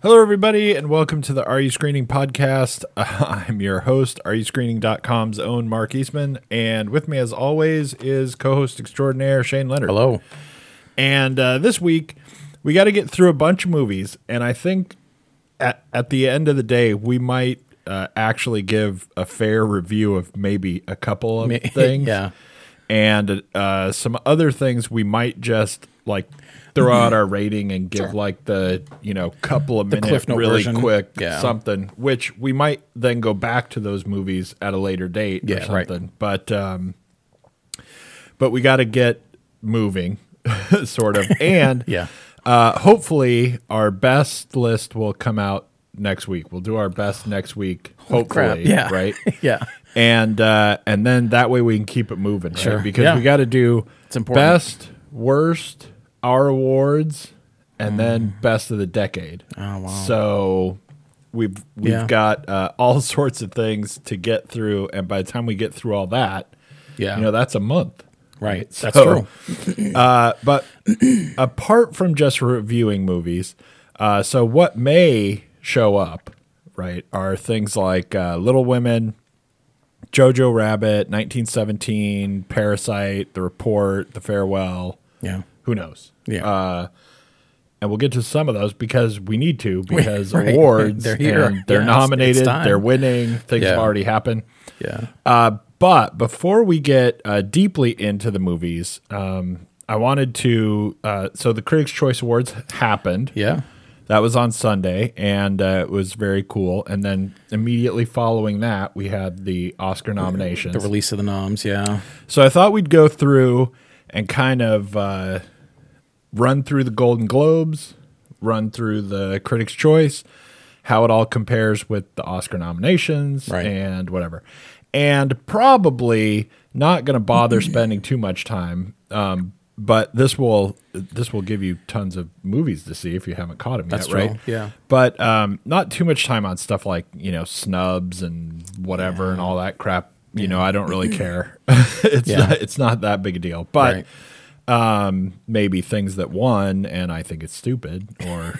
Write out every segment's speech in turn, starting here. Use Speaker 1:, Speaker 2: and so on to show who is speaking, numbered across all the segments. Speaker 1: Hello, everybody, and welcome to the Are You Screening podcast. I'm your host, RUScreening.com's own Mark Eastman, and with me, as always, is co-host extraordinaire Shane Leonard.
Speaker 2: Hello.
Speaker 1: And uh, this week, we got to get through a bunch of movies, and I think at at the end of the day, we might uh, actually give a fair review of maybe a couple of things
Speaker 2: Yeah.
Speaker 1: and uh, some other things we might just like throw out our rating and give like the you know couple of minutes
Speaker 2: Cliff Note
Speaker 1: really
Speaker 2: version.
Speaker 1: quick
Speaker 2: Yeah.
Speaker 1: something which we might then go back to those movies at a later date or
Speaker 2: Yeah, right.
Speaker 1: something but um but we got to get moving sort of and
Speaker 2: Yeah.
Speaker 1: uh hopefully our best list will come out next week we'll do our best next week hopefully
Speaker 2: Crap. Yeah.
Speaker 1: right
Speaker 2: yeah.
Speaker 1: and uh, and then that way we can keep it moving. right?
Speaker 2: Sure.
Speaker 1: because
Speaker 2: Yeah.
Speaker 1: we got to do
Speaker 2: It's important.
Speaker 1: best, worst, our awards, and then best of the decade.
Speaker 2: Mm. Oh, wow.
Speaker 1: So we've we've
Speaker 2: Yeah.
Speaker 1: got uh, all sorts of things to get through, and by the time we get through all that,
Speaker 2: Yeah.
Speaker 1: you know that's a month.
Speaker 2: right. That's
Speaker 1: So,
Speaker 2: true.
Speaker 1: Uh, but apart from just reviewing movies, uh, so what may show up, right, are things like uh, Little Women, Jojo Rabbit, 1917, Parasite, The Report, The Farewell.
Speaker 2: Yeah.
Speaker 1: Who knows?
Speaker 2: Yeah.
Speaker 1: And we'll get to some of those because we need to, because
Speaker 2: Right, right.
Speaker 1: awards,
Speaker 2: They're here.
Speaker 1: and they're
Speaker 2: Yeah, it's- it's
Speaker 1: nominated,
Speaker 2: time.
Speaker 1: they're winning, things
Speaker 2: Yeah.
Speaker 1: have already happened.
Speaker 2: yeah.
Speaker 1: Uh, but before we get uh, deeply into the movies, um, I wanted to. Uh, so the Critics' Choice Awards happened.
Speaker 2: Yeah.
Speaker 1: That was on Sunday, and uh, it was very cool. And then immediately following that, we had the Oscar nominations.
Speaker 2: The release of the noms. Yeah.
Speaker 1: So I thought we'd go through and kind of uh, run through the Golden Globes, run through the Critics' Choice, how it all compares with the Oscar nominations
Speaker 2: Right.
Speaker 1: and whatever. And probably not going to bother spending too much time, um, but this will this will give you tons of movies to see if you haven't caught them
Speaker 2: That's
Speaker 1: yet,
Speaker 2: true.
Speaker 1: right?
Speaker 2: Yeah.
Speaker 1: but um, not too much time on stuff like you know snubs and whatever and all that crap. You know, I don't really care. it's
Speaker 2: Yeah.
Speaker 1: not, it's not that big a deal, but
Speaker 2: Right.
Speaker 1: um, maybe things that won and I think it's stupid or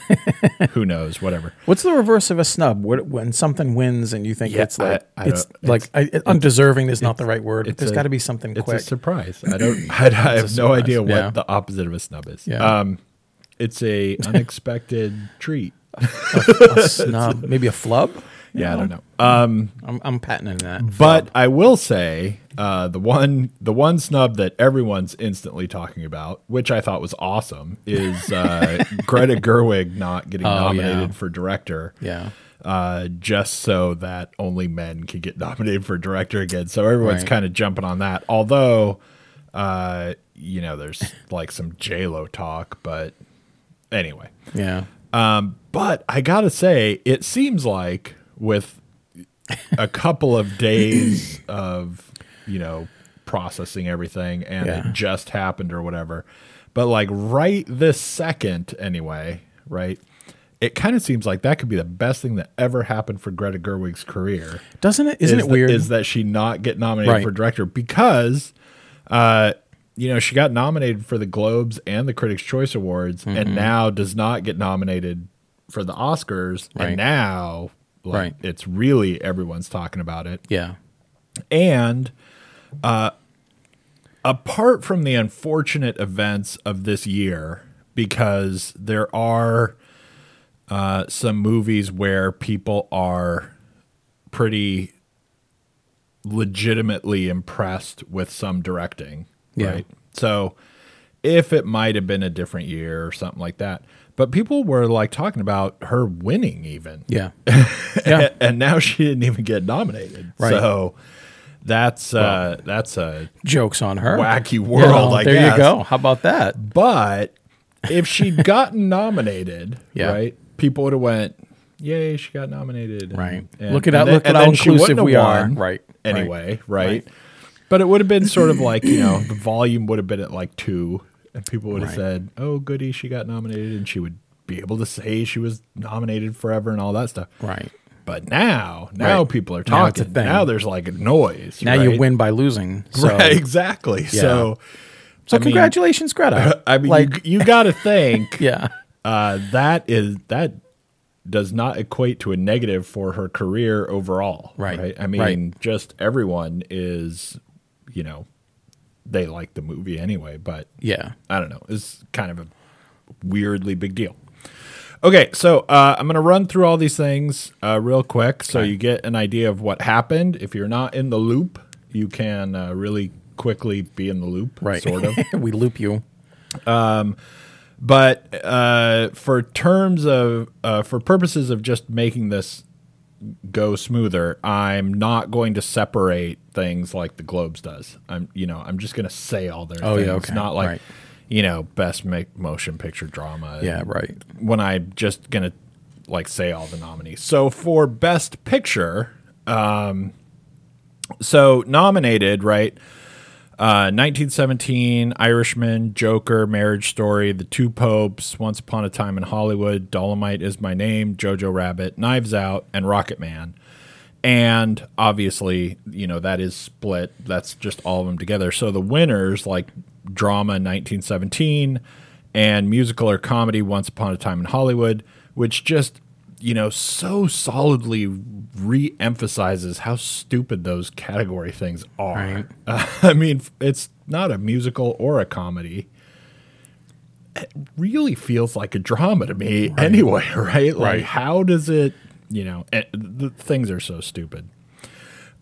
Speaker 1: who knows, whatever.
Speaker 2: What's the reverse of a snub? Where, when something wins and you think
Speaker 1: Yeah,
Speaker 2: it's like
Speaker 1: I- I
Speaker 2: it's
Speaker 1: don't-
Speaker 2: like I, undeserving is not the right word.
Speaker 1: it's
Speaker 2: There's
Speaker 1: a-
Speaker 2: got to be something
Speaker 1: It's
Speaker 2: quick.
Speaker 1: a surprise. I don't. I, I have no
Speaker 2: surprise.
Speaker 1: idea what
Speaker 2: Yeah.
Speaker 1: the opposite of a snub is.
Speaker 2: Yeah.
Speaker 1: Um, it's a unexpected treat.
Speaker 2: a snub, maybe a flub.
Speaker 1: Yeah, I don't know.
Speaker 2: I'm, I'm patenting that.
Speaker 1: But I will say uh, the one the one snub that everyone's instantly talking about, which I thought was awesome, is uh, Greta Gerwig not getting nominated
Speaker 2: Oh, yeah.
Speaker 1: for director.
Speaker 2: Yeah.
Speaker 1: Uh, just so that only men could get nominated for director again. So everyone's
Speaker 2: Right.
Speaker 1: kind of jumping on that. Although, uh, you know, there's like some J Lo talk, but anyway.
Speaker 2: Yeah.
Speaker 1: But I gotta say, it seems like with a couple of days of you know processing everything, and
Speaker 2: Yeah.
Speaker 1: it just happened or whatever. But like right this second, anyway, right? It kind of seems like that could be the best thing that ever happened for Greta Gerwig's career.
Speaker 2: Doesn't it? Isn't
Speaker 1: is
Speaker 2: it
Speaker 1: that-
Speaker 2: weird?
Speaker 1: is that she not get nominated
Speaker 2: Right.
Speaker 1: for director because, uh, you know, she got nominated for the Globes and the Critics' Choice Awards,
Speaker 2: Mm-hmm.
Speaker 1: and now does not get nominated for the Oscars,
Speaker 2: Right.
Speaker 1: and now like,
Speaker 2: Right.
Speaker 1: it's really everyone's talking about it.
Speaker 2: yeah.
Speaker 1: And uh, apart from the unfortunate events of this year, because there are uh, some movies where people are pretty legitimately impressed with some directing,
Speaker 2: Yeah.
Speaker 1: right? So if it might have been a different year or something like that, but people were like talking about her winning even
Speaker 2: Yeah.
Speaker 1: and, and now she didn't even get nominated.
Speaker 2: Right.
Speaker 1: So that's uh, that's a
Speaker 2: Jokes on her.
Speaker 1: wacky world. I
Speaker 2: there
Speaker 1: guess.
Speaker 2: you go. How about that?
Speaker 1: But if she'd gotten nominated,
Speaker 2: Yeah.
Speaker 1: right, people would have went, "Yay, she got nominated!"
Speaker 2: Right.
Speaker 1: And-
Speaker 2: Look at
Speaker 1: and
Speaker 2: how-
Speaker 1: then-
Speaker 2: look at
Speaker 1: and
Speaker 2: how
Speaker 1: then she wouldn't
Speaker 2: inclusive we
Speaker 1: have
Speaker 2: are.
Speaker 1: won
Speaker 2: Right.
Speaker 1: Anyway, right. But it would have been sort of like you know the volume would have been at like two. and people would have
Speaker 2: Right.
Speaker 1: said, "Oh, goody, she got nominated," and she would be able to say she was nominated forever and all that stuff.
Speaker 2: Right.
Speaker 1: But now, now
Speaker 2: Right.
Speaker 1: people are
Speaker 2: Now it's a
Speaker 1: talking.
Speaker 2: thing.
Speaker 1: Now, there's like a noise.
Speaker 2: Now
Speaker 1: right?
Speaker 2: you win by losing. So,
Speaker 1: Right, exactly. So,
Speaker 2: so
Speaker 1: mean-
Speaker 2: congratulations, Greta.
Speaker 1: I mean,
Speaker 2: like,
Speaker 1: you, you got to think
Speaker 2: yeah.
Speaker 1: uh, that is that does not equate to a negative for her career overall.
Speaker 2: Right,
Speaker 1: I mean,
Speaker 2: right.
Speaker 1: just everyone is, you know, they like the movie anyway. But
Speaker 2: Yeah.
Speaker 1: I don't know. It's kind of a weirdly big deal. Okay, so uh, I'm going to run through all these things uh, real quick so you get an idea of what happened. If you're not in the loop, you can uh, really quickly be in the loop,
Speaker 2: Right.
Speaker 1: sort of.
Speaker 2: we loop you.
Speaker 1: but uh, for terms of, uh, for purposes of just making this go smoother, I'm not going to separate things like the Globes does. I'm, you know, I'm just going to say all their
Speaker 2: Oh,
Speaker 1: things.
Speaker 2: yeah, okay,
Speaker 1: Not like,
Speaker 2: right.
Speaker 1: you know, best make motion picture drama.
Speaker 2: Yeah. Right.
Speaker 1: when I'm just gonna like say all the nominees. So for best picture, um, so nominated right, uh, 1917, Irishman, Joker, Marriage Story, The Two Popes, Once Upon a Time in Hollywood, Dolomite is My Name, Jojo Rabbit, Knives Out, and Rocket Man. And obviously, you know, that is split. That's just all of them together. So the winners, like drama 1917 and musical or comedy Once Upon a Time in Hollywood, which just, you know, so solidly re emphasizes how stupid those category things are.
Speaker 2: Right.
Speaker 1: I mean, f- it's not a musical or a comedy. It really feels like a drama to me anyway, right? Like,
Speaker 2: Right.
Speaker 1: how does it, you know, eh, the things are so stupid.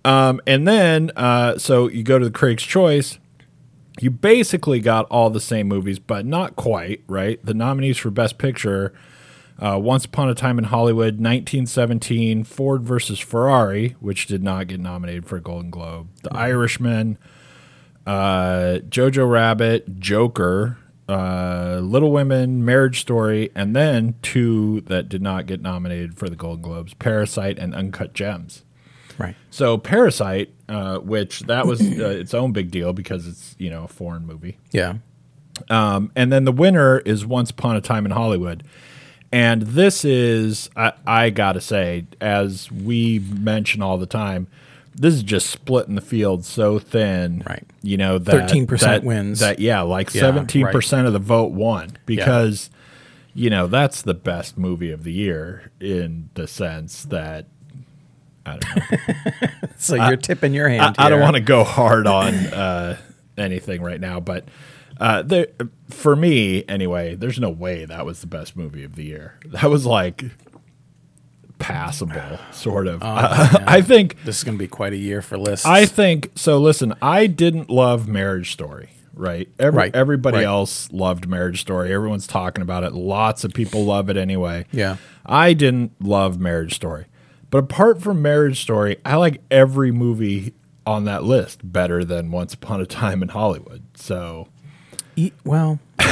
Speaker 1: Um, and then, uh, so you go to the Critics' Choice. You basically got all the same movies, but not quite, right? The nominees for Best Picture uh, Once Upon a Time in Hollywood, 1917, Ford versus Ferrari, which did not get nominated for a Golden Globe, The Irishman, uh, Jojo Rabbit, Joker, uh, Little Women, Marriage Story, and then two that did not get nominated for the Golden Globes Parasite and Uncut Gems.
Speaker 2: Right.
Speaker 1: So, Parasite, uh, which that was uh, its own big deal because it's, you know, a foreign movie.
Speaker 2: Yeah.
Speaker 1: Um, and then the winner is Once Upon a Time in Hollywood. And this is, I, I gotta say, as we mention all the time, this is just splitting the field so thin.
Speaker 2: Right.
Speaker 1: You know, that
Speaker 2: 13%
Speaker 1: that-
Speaker 2: wins.
Speaker 1: That, yeah, like
Speaker 2: Yeah,
Speaker 1: 17% of the vote won because, you know, that's the best movie of the year in the sense that
Speaker 2: So you're tipping your
Speaker 1: I,
Speaker 2: hand.
Speaker 1: I don't
Speaker 2: here.
Speaker 1: want to go hard on uh, anything right now, but uh, there, for me, anyway, there's no way that was the best movie of the year. That was like passable, sort of. I think.
Speaker 2: This is going to be quite a year for lists.
Speaker 1: I think so. Listen, I didn't love Marriage Story. Right. Every,
Speaker 2: Right,
Speaker 1: Everybody
Speaker 2: right.
Speaker 1: else loved Marriage Story. Everyone's talking about it. Lots of people love it anyway.
Speaker 2: Yeah.
Speaker 1: I didn't love Marriage Story. But apart from Marriage Story, I like every movie on that list better than Once Upon a Time in Hollywood. So
Speaker 2: E- well, um,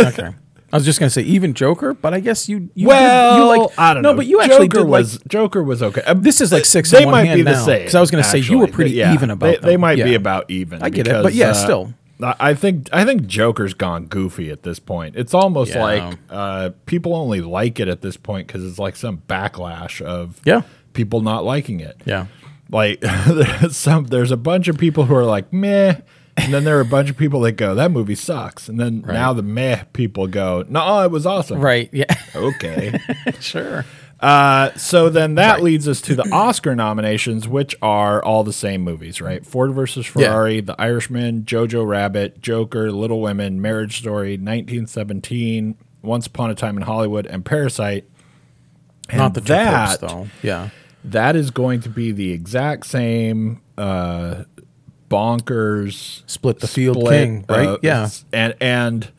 Speaker 2: okay. I was just going to say even Joker, but I guess you. you did,
Speaker 1: well,
Speaker 2: you like,
Speaker 1: I don't
Speaker 2: no,
Speaker 1: know.
Speaker 2: but you actually
Speaker 1: Joker
Speaker 2: did like-
Speaker 1: was Joker was okay. Uh,
Speaker 2: This is like six
Speaker 1: They
Speaker 2: in one
Speaker 1: might
Speaker 2: hand
Speaker 1: be the
Speaker 2: now,
Speaker 1: same.
Speaker 2: 'cause I was going to say you were
Speaker 1: actually.
Speaker 2: pretty
Speaker 1: They- yeah,
Speaker 2: even about
Speaker 1: they,
Speaker 2: them.
Speaker 1: they might be
Speaker 2: Yeah.
Speaker 1: about even. uh,
Speaker 2: I get it, but yeah, still.
Speaker 1: I I think I think Joker's gone goofy at this point. It's almost
Speaker 2: Yeah.
Speaker 1: like uh, people only like it at this point because it's like some backlash of
Speaker 2: Yeah.
Speaker 1: people not liking it.
Speaker 2: Yeah.
Speaker 1: like there's some there's a bunch of people who are like meh, and then there are a bunch of people that go that movie sucks, and then now the meh people go no, it was awesome.
Speaker 2: Right. Yeah.
Speaker 1: Okay.
Speaker 2: sure.
Speaker 1: Uh, so then that leads us to the Oscar nominations, which are all the same movies, right? Ford versus Ferrari, The Irishman, Jojo Rabbit, Joker, Little Women, Marriage Story, 1917, Once Upon a Time in Hollywood, and Parasite. And
Speaker 2: Not the two popes,
Speaker 1: that,
Speaker 2: though. Yeah.
Speaker 1: that is going to be the exact same uh, bonkers
Speaker 2: Split the field king, right?
Speaker 1: uh,
Speaker 2: Yeah.
Speaker 1: and and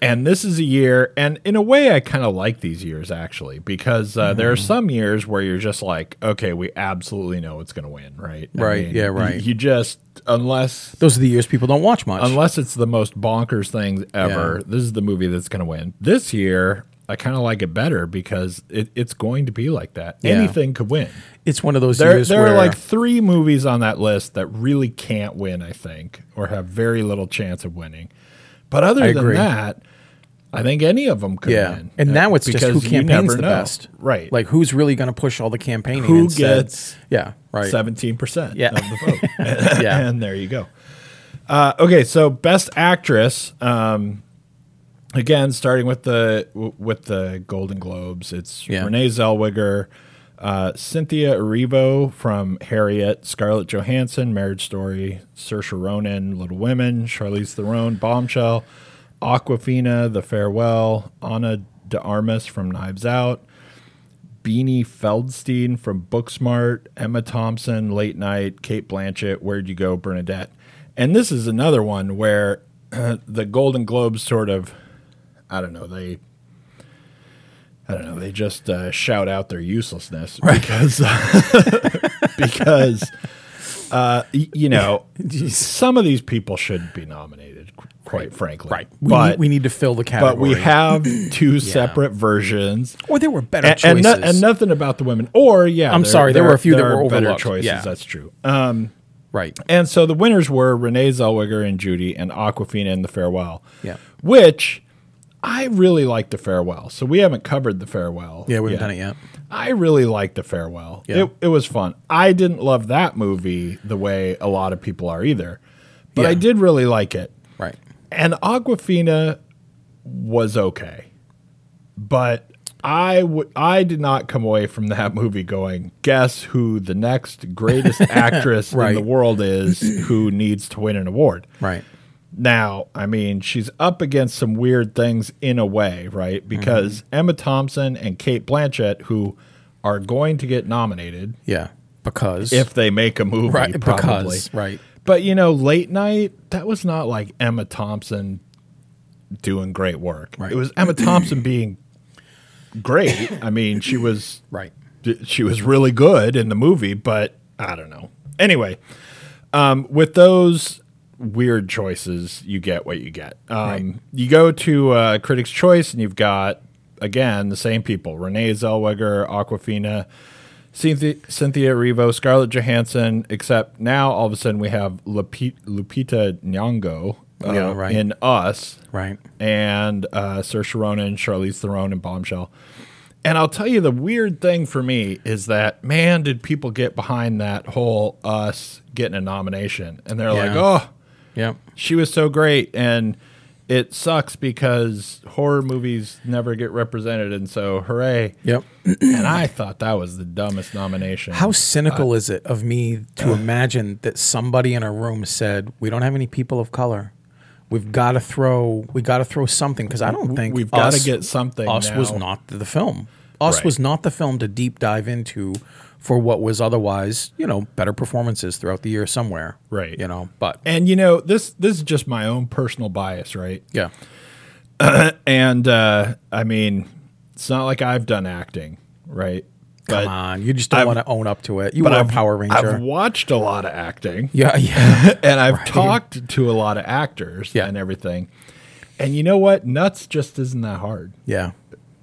Speaker 1: and this is a year, and in a way, I kind of like these years actually because uh, there are
Speaker 2: Mm-hmm.
Speaker 1: some years where you're just like, okay, we absolutely know it's going to win, right? I
Speaker 2: Right, yeah,
Speaker 1: you-
Speaker 2: right.
Speaker 1: You just unless
Speaker 2: Those are the years people don't watch much.
Speaker 1: unless it's the most bonkers thing ever,
Speaker 2: Yeah.
Speaker 1: this is the movie that's going to win. This year, I kind of like it better because it, it's going to be like that.
Speaker 2: Yeah.
Speaker 1: Anything could win.
Speaker 2: it's one of those
Speaker 1: There,
Speaker 2: years
Speaker 1: there
Speaker 2: where
Speaker 1: are like three movies on that list that really can't win, I think, or have very little chance of winning. But other
Speaker 2: I
Speaker 1: than
Speaker 2: agree.
Speaker 1: that, I think any of them could
Speaker 2: Yeah.
Speaker 1: win. Uh,
Speaker 2: And now it's just who
Speaker 1: because you
Speaker 2: campaigns
Speaker 1: never
Speaker 2: the
Speaker 1: know.
Speaker 2: best.
Speaker 1: Right.
Speaker 2: Like who's really going to push all the campaigning?
Speaker 1: Who
Speaker 2: instead-
Speaker 1: gets
Speaker 2: Yeah. Right.
Speaker 1: 17%
Speaker 2: Yeah.
Speaker 1: of the vote.
Speaker 2: Yeah.
Speaker 1: And there you go. Uh, okay, so best actress um, again starting with the w- with the Golden Globes, it's
Speaker 2: Yeah.
Speaker 1: Renee Zellweger, uh, Cynthia Erivo from Harriet, Scarlett Johansson, Marriage Story, Saoirse Ronan, Little Women, Charlize Theron, Bombshell, Aquafina, The Farewell, Anna de Armas from Knives Out, Beanie Feldstein from Booksmart, Emma Thompson, Late Night, Kate Blanchett, Where'd You Go, Bernadette. And this is another one where the Golden Globes sort of, I don't know, they, I don't know, they just uh, shout out their uselessness because, because, uh, y- you know, some of these people should be nominated, qu- quite frankly.
Speaker 2: Right. We, need, we need to fill the category.
Speaker 1: but we have two separate versions
Speaker 2: Or there were better
Speaker 1: and, and,
Speaker 2: choices.
Speaker 1: no- and nothing about the women. Or yeah,
Speaker 2: I'm sorry, there were a few that
Speaker 1: there are
Speaker 2: were
Speaker 1: better
Speaker 2: overlooked.
Speaker 1: choices.
Speaker 2: Yeah.
Speaker 1: That's true.
Speaker 2: right.
Speaker 1: And so the winners were Renee Zellweger and Judy and Aquafina in The Farewell.
Speaker 2: Yeah.
Speaker 1: Which I really like The Farewell. So we haven't covered The Farewell.
Speaker 2: Yeah, we haven't done it yet.
Speaker 1: I really like The Farewell.
Speaker 2: Yeah.
Speaker 1: It, it was fun. I didn't love that movie the way a lot of people are either, but
Speaker 2: Yeah.
Speaker 1: I did really like it.
Speaker 2: Right.
Speaker 1: And Aquafina was okay. But I w- I did not come away from that movie going, guess who the next greatest actress in
Speaker 2: Right.
Speaker 1: the world is who needs to win an award.
Speaker 2: Right.
Speaker 1: Now, I mean, she's up against some weird things in a way,
Speaker 2: Mm-hmm.
Speaker 1: right? Because Emma Thompson and Kate Blanchett, who are going to get nominated
Speaker 2: Yeah. Because
Speaker 1: if they make a movie,
Speaker 2: right
Speaker 1: probably.
Speaker 2: because right.
Speaker 1: But you know, late night, that was not like Emma Thompson doing great work.
Speaker 2: Right.
Speaker 1: It was Emma Thompson being great. I mean, she was
Speaker 2: Right.
Speaker 1: she was really good in the movie, but I don't know. Anyway, um, with those weird choices, you get what you get. Um, You go to uh, Critics' Choice, and you've got again the same people: Renee Zellweger, Aquafina, Cynthia, Cynthia Erivo, Scarlett Johansson. Except now, all of a sudden, we have Lupi- Lupita Nyong'o uh,
Speaker 2: Yeah, right.
Speaker 1: in Us,
Speaker 2: Right.
Speaker 1: and uh, Saoirse Ronan, Charlize Theron, and Bombshell. And I'll tell you the weird thing for me is that man, did people get behind that whole us getting a nomination? And they're like,
Speaker 2: Yeah.
Speaker 1: oh,
Speaker 2: Yep.
Speaker 1: she was so great, and it sucks because horror movies never get represented, and so hooray!
Speaker 2: Yep.
Speaker 1: and I thought that was the dumbest nomination.
Speaker 2: How cynical is it of me
Speaker 1: Uh.
Speaker 2: to imagine that somebody in a room said, "We don't have any people of color. We've got to throw. We got to throw something because I don't think
Speaker 1: we've got to
Speaker 2: Us-
Speaker 1: get something.
Speaker 2: Us was
Speaker 1: now.
Speaker 2: not the film. Us
Speaker 1: Right.
Speaker 2: was not the film to deep dive into for what was otherwise, you know, better performances throughout the year somewhere.
Speaker 1: Right.
Speaker 2: You know, but
Speaker 1: And you know this this is just my own personal bias, right?
Speaker 2: yeah.
Speaker 1: And uh, I mean, it's not like I've done acting, right?
Speaker 2: Come
Speaker 1: but
Speaker 2: on. You just don't
Speaker 1: I've-
Speaker 2: want to own up to it. You
Speaker 1: but
Speaker 2: were a
Speaker 1: I've-
Speaker 2: Power Ranger.
Speaker 1: I've watched a lot of acting,
Speaker 2: yeah, yeah.
Speaker 1: and I've talked to a lot of actors
Speaker 2: Yeah.
Speaker 1: and everything. And you know what? Nuts just isn't that hard.
Speaker 2: yeah.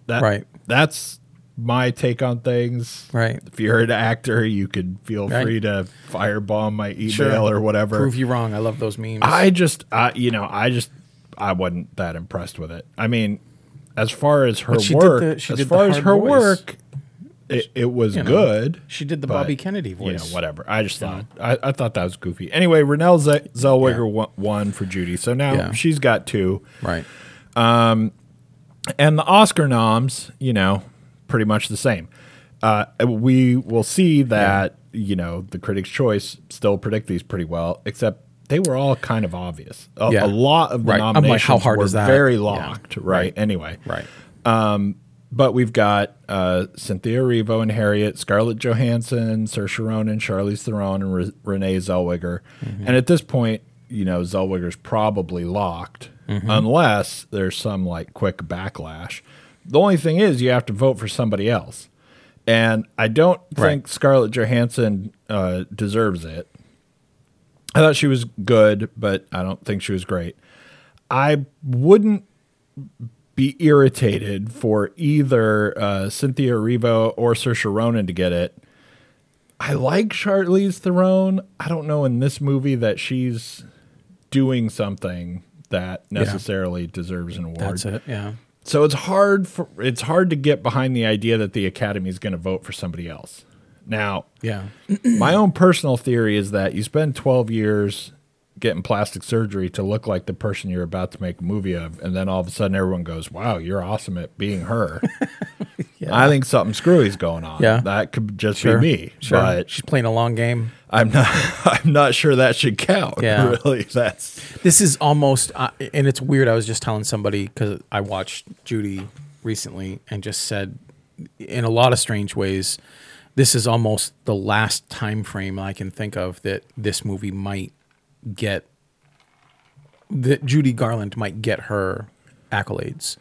Speaker 1: That
Speaker 2: Right.
Speaker 1: That's my take on things.
Speaker 2: Right.
Speaker 1: If you're an actor, you could feel
Speaker 2: Right.
Speaker 1: free to firebomb my email
Speaker 2: Sure.
Speaker 1: or whatever.
Speaker 2: Prove you wrong. I love those memes.
Speaker 1: I just, I, you know, I just, I wasn't that impressed with it. I mean, as far as her
Speaker 2: she did
Speaker 1: work,
Speaker 2: the- she
Speaker 1: as
Speaker 2: did the
Speaker 1: far as
Speaker 2: hard
Speaker 1: her
Speaker 2: voice.
Speaker 1: work, it, it was good.
Speaker 2: she did the
Speaker 1: but,
Speaker 2: Bobby Kennedy
Speaker 1: You know,
Speaker 2: voice.
Speaker 1: whatever. I just thought, I, I thought that was goofy. Anyway, Renelle Z- Zellweger won, won for Judy, so now
Speaker 2: Yeah.
Speaker 1: she's got two,
Speaker 2: Right.
Speaker 1: and the Oscar noms, you know, pretty much the same. Uh, we will see that you know the Critics' Choice still predict these pretty well, except they were all kind of obvious. A, a
Speaker 2: Yeah.
Speaker 1: lot of the
Speaker 2: Right. I'm like, how
Speaker 1: nominations
Speaker 2: hard
Speaker 1: were
Speaker 2: is that?
Speaker 1: very
Speaker 2: Yeah.
Speaker 1: locked, right?
Speaker 2: Right.
Speaker 1: Anyway,
Speaker 2: Right.
Speaker 1: but we've got uh, Cynthia Erivo and Harriet, Scarlett Johansson, Saoirse Ronan, Charlize Theron, and Re- Renee Zellweger. And at this point, you know Zellweger's probably locked, unless there's some like quick backlash. The only thing is, you have to vote for somebody else, and I don't
Speaker 2: Right.
Speaker 1: think Scarlett Johansson uh, deserves it. I thought she was good, but I don't think she was great. I wouldn't be irritated for either uh, Cynthia Erivo or Saoirse Ronan to get it. I like Charlize Theron. I don't know in this movie that she's doing something that necessarily deserves an award.
Speaker 2: That's it. Yeah.
Speaker 1: So it's hard for it's hard to get behind the idea that the Academy is going to vote for somebody else. Now,
Speaker 2: Yeah.
Speaker 1: my own personal theory is that you spend 12 years getting plastic surgery to look like the person you're about to make a movie of and then all of a sudden everyone goes wow you're awesome at being her i think something screwy's going on
Speaker 2: Yeah.
Speaker 1: that could just
Speaker 2: Sure.
Speaker 1: be me
Speaker 2: Sure.
Speaker 1: but
Speaker 2: She's playing a long game.
Speaker 1: i'm not i'm not sure that should count
Speaker 2: Yeah.
Speaker 1: really that's
Speaker 2: This is almost, uh, and it's weird. I was just telling somebody because I watched Judy recently and just said, in a lot of strange ways, this is almost the last time frame I can think of that this movie might get that Judy Garland might get her accolades.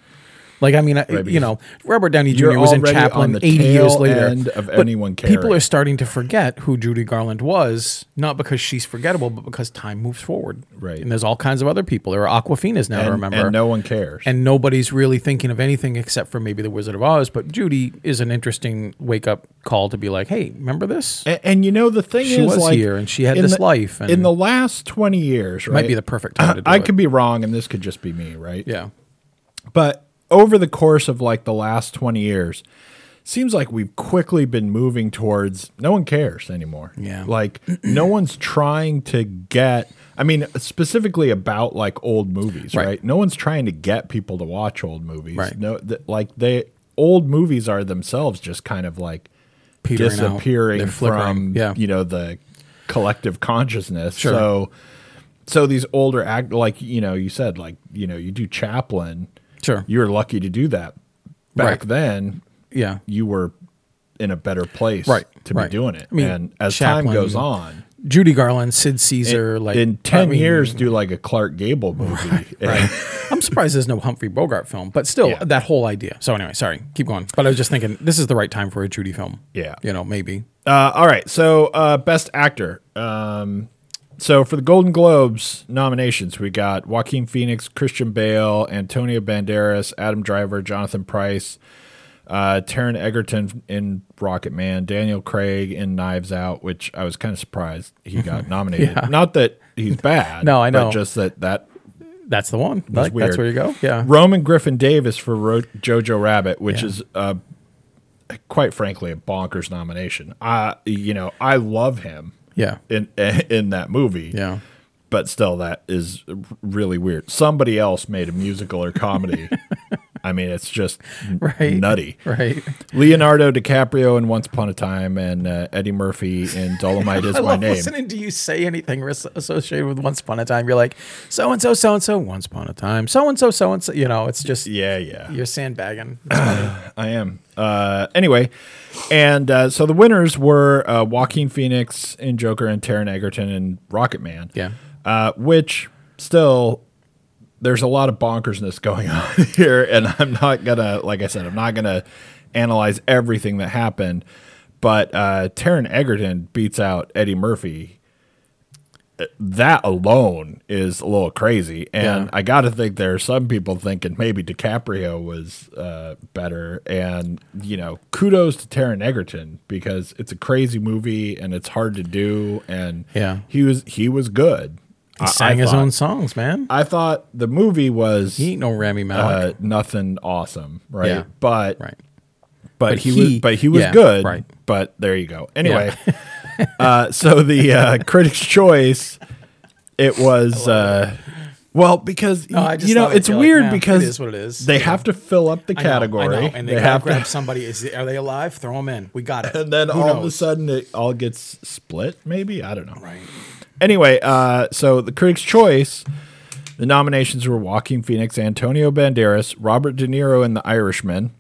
Speaker 2: Like I mean, I,
Speaker 1: Right,
Speaker 2: you know, Robert Downey
Speaker 1: you're
Speaker 2: Jr. was in
Speaker 1: already on
Speaker 2: Chaplin
Speaker 1: the
Speaker 2: eighty years
Speaker 1: tail
Speaker 2: later.
Speaker 1: end of
Speaker 2: but
Speaker 1: anyone
Speaker 2: people
Speaker 1: caring.
Speaker 2: are starting to forget who Judy Garland was, not because she's forgettable, but because time moves forward.
Speaker 1: Right.
Speaker 2: And there's all kinds of other people. There are Aquafinas now.
Speaker 1: and,
Speaker 2: to remember,
Speaker 1: and no one cares
Speaker 2: and nobody's really thinking of anything except for maybe the Wizard of Oz. But Judy is an interesting wake up call to be like, hey, remember this?
Speaker 1: and, and you know the thing
Speaker 2: She
Speaker 1: is
Speaker 2: was
Speaker 1: like
Speaker 2: here and she had
Speaker 1: in
Speaker 2: this
Speaker 1: the-
Speaker 2: life and-
Speaker 1: in the last 20 years right
Speaker 2: Might be the perfect time to do
Speaker 1: I
Speaker 2: it.
Speaker 1: could be wrong and this could just be me right
Speaker 2: yeah.
Speaker 1: but over the course of like the last 20 years seems like we've quickly been moving towards no one cares anymore
Speaker 2: Yeah.
Speaker 1: like no one's trying to get i mean specifically about like old movies right,
Speaker 2: Right.
Speaker 1: no one's trying to get people to watch old movies
Speaker 2: Right.
Speaker 1: no th- like they old movies are themselves just kind of like
Speaker 2: Petering out.
Speaker 1: disappearing
Speaker 2: They're flickering.
Speaker 1: from
Speaker 2: Yeah.
Speaker 1: you know the collective consciousness so so these older act like you know you said like you know you do chaplin
Speaker 2: Sure.
Speaker 1: you were lucky to do that back
Speaker 2: Right.
Speaker 1: then
Speaker 2: yeah.
Speaker 1: you were in a better place
Speaker 2: Right,
Speaker 1: to
Speaker 2: right.
Speaker 1: be doing it
Speaker 2: I mean,
Speaker 1: and as time
Speaker 2: Chaplin,
Speaker 1: goes on
Speaker 2: Judy Garland, Sid Caesar, like
Speaker 1: in 10
Speaker 2: I mean,
Speaker 1: years do like a clark gable movie
Speaker 2: Right. I'm surprised there's no Humphrey Bogart film, but still
Speaker 1: Yeah.
Speaker 2: that whole idea. So anyway, sorry, keep going. But I was just thinking this is the right time for a Judy film.
Speaker 1: Yeah.
Speaker 2: You know, maybe.
Speaker 1: Uh, all right. So, uh, best actor. Um, so for the Golden Globes nominations, we got Joaquin Phoenix, Christian Bale, Antonio Banderas, Adam Driver, Jonathan Price, uh, Taron Egerton in Rocket Man, Daniel Craig in Knives Out, which I was kind of surprised he got nominated. Not that he's bad.
Speaker 2: No, I know.
Speaker 1: But just that that
Speaker 2: That's the one. Like,
Speaker 1: weird.
Speaker 2: that's where you go. Yeah.
Speaker 1: Roman Griffin Davis for Ro- Jojo Rabbit, which is uh, quite frankly a bonkers nomination. I you know I love him
Speaker 2: Yeah.
Speaker 1: in in that movie,
Speaker 2: Yeah.
Speaker 1: but still that is really weird. Somebody else made a musical or comedy. I mean, it's just n-
Speaker 2: Right.
Speaker 1: nutty.
Speaker 2: Right.
Speaker 1: Leonardo DiCaprio in Once Upon a Time and uh, Eddie Murphy in Dolomite is
Speaker 2: I
Speaker 1: my
Speaker 2: love
Speaker 1: name.
Speaker 2: listening to you say anything res- associated with Once Upon a Time. You're like, so and so, so and so, Once Upon a Time, so and so, so and so. You know, it's just
Speaker 1: Yeah, yeah.
Speaker 2: you're sandbagging. It's funny.
Speaker 1: I am. Uh, anyway, and uh, so the winners were uh, Joaquin Phoenix in Joker and Taron Egerton in Rocket Man.
Speaker 2: Yeah.
Speaker 1: Uh, which still, there's a lot of bonkersness going on here, and I'm not gonna, like I said, I'm not gonna analyze everything that happened, but uh, Taron Egerton beats out Eddie Murphy. Uh, That alone is a little crazy, and
Speaker 2: Yeah.
Speaker 1: I got to think there are some people thinking maybe DiCaprio was uh, better, and you know, kudos to Taron Egerton because it's a crazy movie and it's hard to do, and
Speaker 2: Yeah.
Speaker 1: he was he was good.
Speaker 2: he sang his
Speaker 1: thought-
Speaker 2: own songs, man.
Speaker 1: I thought the movie was
Speaker 2: He ain't no Rami Malek.
Speaker 1: uh, nothing awesome, right?
Speaker 2: Yeah.
Speaker 1: But
Speaker 2: right.
Speaker 1: but,
Speaker 2: But
Speaker 1: he, was
Speaker 2: he-
Speaker 1: but he was
Speaker 2: yeah,
Speaker 1: good.
Speaker 2: right.
Speaker 1: But there you go. Anyway, uh, so the uh, Critics' Choice, it was uh, well because
Speaker 2: Oh, I
Speaker 1: you
Speaker 2: just
Speaker 1: know
Speaker 2: thought I'd
Speaker 1: it's
Speaker 2: be like,
Speaker 1: weird
Speaker 2: nah,
Speaker 1: because
Speaker 2: it is what it is.
Speaker 1: They have to fill up the
Speaker 2: I know, I
Speaker 1: category,
Speaker 2: know, and they,
Speaker 1: have
Speaker 2: gotta
Speaker 1: to,
Speaker 2: grab somebody. Is are they alive? Throw them in. We got it.
Speaker 1: and then
Speaker 2: Who
Speaker 1: all of a
Speaker 2: knows?
Speaker 1: sudden it all gets split. Maybe I don't know.
Speaker 2: right?
Speaker 1: Anyway, uh, so the Critics' Choice, the nominations were Joaquin Phoenix, Antonio Banderas, Robert De Niro in The Irishman,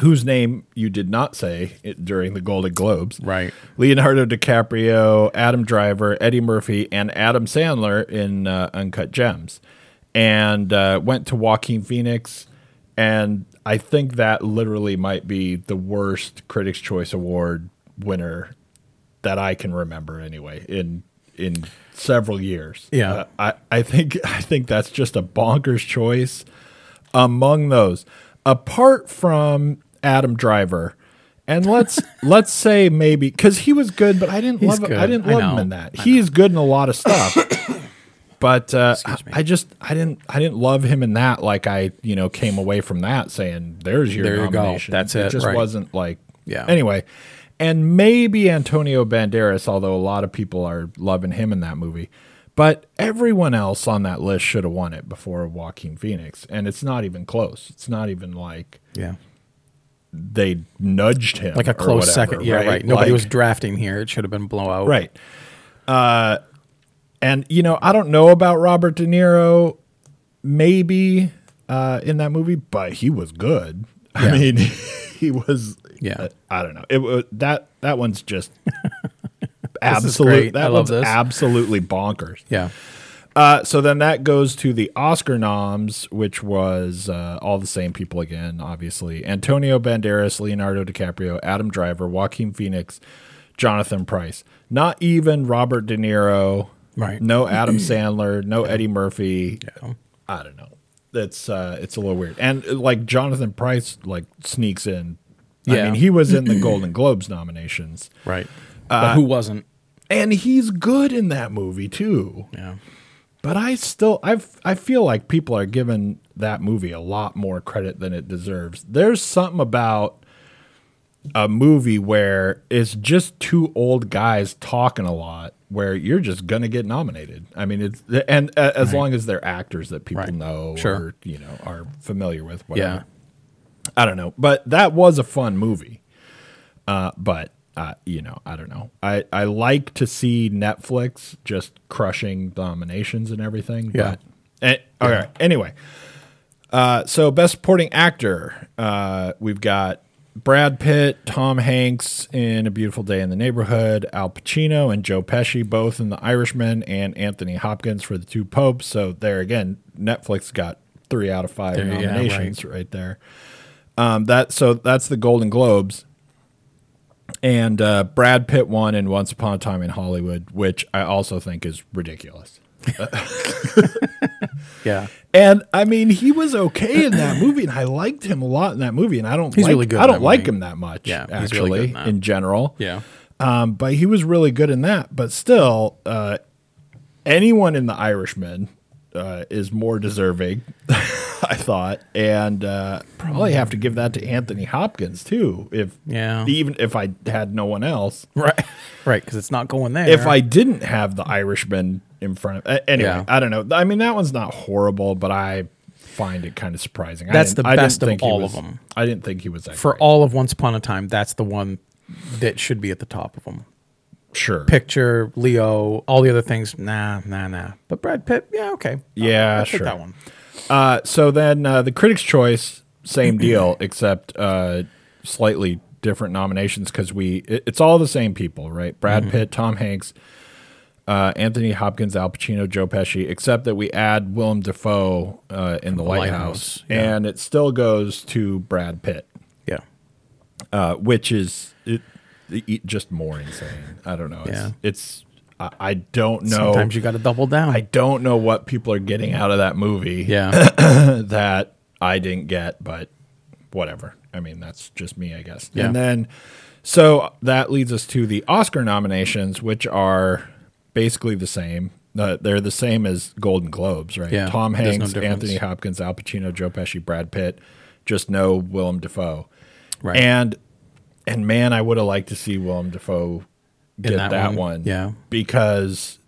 Speaker 1: whose name you did not say it, during the Golden Globes.
Speaker 2: Right.
Speaker 1: Leonardo DiCaprio, Adam Driver, Eddie Murphy, and Adam Sandler in uh, Uncut Gems. And uh, went to Joaquin Phoenix. And I think that literally might be the worst Critics' Choice Award winner that I can remember anyway in in several years.
Speaker 2: Yeah.
Speaker 1: Uh, I I think I think that's just a bonkers choice among those apart from Adam Driver. And let's let's say maybe cuz he was good but I didn't
Speaker 2: He's
Speaker 1: love
Speaker 2: good.
Speaker 1: I didn't
Speaker 2: I
Speaker 1: love him
Speaker 2: know.
Speaker 1: in that. He's good in a lot of stuff. But uh,
Speaker 2: Excuse me.
Speaker 1: I just I didn't I didn't love him in that. Like I you know came away from that saying there's your
Speaker 2: There you go.
Speaker 1: nomination.
Speaker 2: That's
Speaker 1: It
Speaker 2: it,
Speaker 1: just
Speaker 2: right.
Speaker 1: wasn't like
Speaker 2: Yeah.
Speaker 1: Anyway, and maybe Antonio Banderas, although a lot of people are loving him in that movie. But everyone else on that list should have won it before Joaquin Phoenix, and it's not even close. It's not even like
Speaker 2: Yeah.
Speaker 1: they nudged him
Speaker 2: Like a
Speaker 1: or
Speaker 2: close
Speaker 1: whatever,
Speaker 2: second. Yeah, right. Nobody
Speaker 1: Like-
Speaker 2: was drafting here. It should have been blowout.
Speaker 1: Right. Uh, and you know, I don't know about Robert De Niro, maybe uh, in that movie, but he was good. I
Speaker 2: Yeah.
Speaker 1: mean, he was. uh,
Speaker 2: Yeah.
Speaker 1: I don't know. It was that that one's just
Speaker 2: is
Speaker 1: absolute.
Speaker 2: great. I
Speaker 1: That
Speaker 2: love
Speaker 1: one's
Speaker 2: this.
Speaker 1: absolutely bonkers.
Speaker 2: Yeah.
Speaker 1: Uh, so then that goes to the Oscar noms, which was uh, all the same people again, obviously. Antonio Banderas, Leonardo DiCaprio, Adam Driver, Joaquin Phoenix, Jonathan Price. Not even Robert De Niro.
Speaker 2: Right.
Speaker 1: No Adam Sandler. No Eddie Murphy.
Speaker 2: Yeah.
Speaker 1: I don't know. That's uh, it's a little weird. And uh, like Jonathan Price, like sneaks in. I
Speaker 2: Yeah.
Speaker 1: mean, he was in the Golden Globes nominations,
Speaker 2: Right.
Speaker 1: Uh,
Speaker 2: but who wasn't?
Speaker 1: and he's good in that movie too.
Speaker 2: Yeah.
Speaker 1: But I still I've I feel like people are giving that movie a lot more credit than it deserves. There's something about a movie where it's just two old guys talking a lot where you're just going to get nominated. I mean it's and uh, as long as they're actors that people
Speaker 2: Right.
Speaker 1: know
Speaker 2: Sure.
Speaker 1: or you know are familiar with whatever.
Speaker 2: Yeah.
Speaker 1: I don't know, but that was a fun movie. Uh, but uh, you know, I don't know. I I like to see Netflix just crushing dominations and everything.
Speaker 2: Yeah.
Speaker 1: But eh, all right. Anyway, uh, so best supporting actor, uh, we've got Brad Pitt, Tom Hanks in A Beautiful Day in the Neighborhood, Al Pacino and Joe Pesci both in The Irishman, and Anthony Hopkins for The Two Popes. So there again, Netflix got three out of five
Speaker 2: There- yeah, right.
Speaker 1: nominations right. there. Um, that so that's the Golden Globes. And uh, Brad Pitt won in Once Upon a Time in Hollywood, which I also think is ridiculous.
Speaker 2: Yeah.
Speaker 1: And I mean, he was okay in that movie, and I liked him a lot in that movie. And I don't,
Speaker 2: He's
Speaker 1: like,
Speaker 2: really good
Speaker 1: I
Speaker 2: in
Speaker 1: don't
Speaker 2: that
Speaker 1: like
Speaker 2: movie.
Speaker 1: him that much,
Speaker 2: Yeah, he's
Speaker 1: actually,
Speaker 2: really good in that.
Speaker 1: in general.
Speaker 2: Yeah.
Speaker 1: Um, but he was really good in that. But still, uh, anyone in The Irishman uh, is more deserving, I thought, and uh, probably have to give that to Anthony Hopkins too. If
Speaker 2: Yeah.
Speaker 1: even if I had no one else,
Speaker 2: Right. Right. Because it's not going there.
Speaker 1: if I didn't have The Irishman in front of a- anyway,
Speaker 2: Yeah.
Speaker 1: I don't know. I mean, that one's not horrible, but I find it kind of surprising. I
Speaker 2: That's
Speaker 1: didn't-
Speaker 2: the
Speaker 1: I didn't
Speaker 2: best of
Speaker 1: think he
Speaker 2: all
Speaker 1: was-
Speaker 2: of 'em.
Speaker 1: I didn't think he was that
Speaker 2: for
Speaker 1: great.
Speaker 2: all of Once Upon a Time, that's the one that should be at the top of them.
Speaker 1: sure.
Speaker 2: Picture, Leo, all the other things. Nah, nah, nah. But Brad Pitt, yeah, okay.
Speaker 1: Yeah,
Speaker 2: I'll take
Speaker 1: sure.
Speaker 2: that one.
Speaker 1: Uh, so then uh, the Critics' Choice, same deal, except uh, slightly different nominations because we it- it's all the same people, right? Brad
Speaker 2: Mm-hmm.
Speaker 1: Pitt, Tom Hanks, uh, Anthony Hopkins, Al Pacino, Joe Pesci, except that we add Willem Dafoe uh, in the, Lighthouse,
Speaker 2: Lighthouse, yeah.
Speaker 1: and it still goes to Brad Pitt.
Speaker 2: Yeah.
Speaker 1: uh, which is it, it- just more insane. I don't know. It's,
Speaker 2: Yeah.
Speaker 1: it's I, I don't know.
Speaker 2: Sometimes you got to double down.
Speaker 1: I don't know what people are getting out of that movie
Speaker 2: yeah.
Speaker 1: that I didn't get, but whatever. I mean, that's just me, I guess.
Speaker 2: Yeah.
Speaker 1: And then, so that leads us to the Oscar nominations, which are basically the same. Uh, they're the same as Golden Globes, right?
Speaker 2: Yeah,
Speaker 1: Tom
Speaker 2: there's no
Speaker 1: Hanks,
Speaker 2: difference.
Speaker 1: Anthony Hopkins, Al Pacino, Joe Pesci, Brad Pitt, just no Willem Dafoe.
Speaker 2: Right.
Speaker 1: And and man, I would have liked to see Willem Dafoe get that,
Speaker 2: that
Speaker 1: one.
Speaker 2: one, yeah.
Speaker 1: Because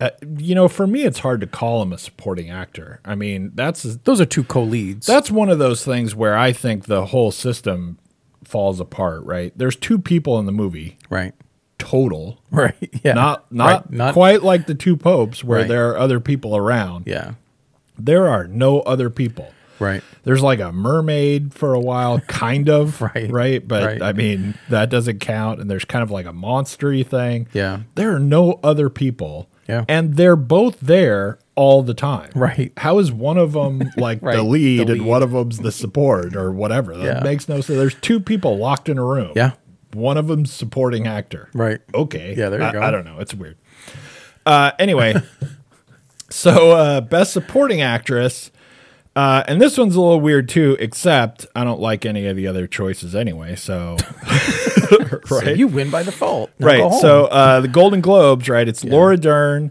Speaker 1: uh, you know, for me it's hard to call him a supporting actor. I mean, that's
Speaker 2: Those are two co leads.
Speaker 1: that's one of those things where I think the whole system falls apart, right? There's two people in the movie
Speaker 2: Right.
Speaker 1: total.
Speaker 2: Right. Yeah.
Speaker 1: Not not,
Speaker 2: Right, not-
Speaker 1: quite like the two popes where
Speaker 2: Right.
Speaker 1: there are other people around.
Speaker 2: Yeah.
Speaker 1: There are no other people.
Speaker 2: Right.
Speaker 1: There's like a mermaid for a while, kind of,
Speaker 2: Right,
Speaker 1: Right, but
Speaker 2: right.
Speaker 1: I mean that doesn't count. And there's kind of like a monstery thing.
Speaker 2: Yeah.
Speaker 1: there are no other people.
Speaker 2: Yeah.
Speaker 1: and they're both there all the time.
Speaker 2: Right.
Speaker 1: How is one of them like
Speaker 2: Right,
Speaker 1: the,
Speaker 2: the
Speaker 1: lead and
Speaker 2: lead.
Speaker 1: one of them's the support or whatever? That
Speaker 2: Yeah.
Speaker 1: makes no sense. There's two people locked in a room.
Speaker 2: Yeah.
Speaker 1: one of them's supporting actor.
Speaker 2: Right.
Speaker 1: Okay.
Speaker 2: Yeah, there you
Speaker 1: I-
Speaker 2: go.
Speaker 1: I don't know. It's weird. Uh, anyway, so uh, best supporting actress. Uh, and this one's a little weird too, except I don't like any of the other choices anyway. So, right,
Speaker 2: So you win by default. Now go
Speaker 1: right.
Speaker 2: home.
Speaker 1: So uh, the Golden Globes, right? It's Laura Dern,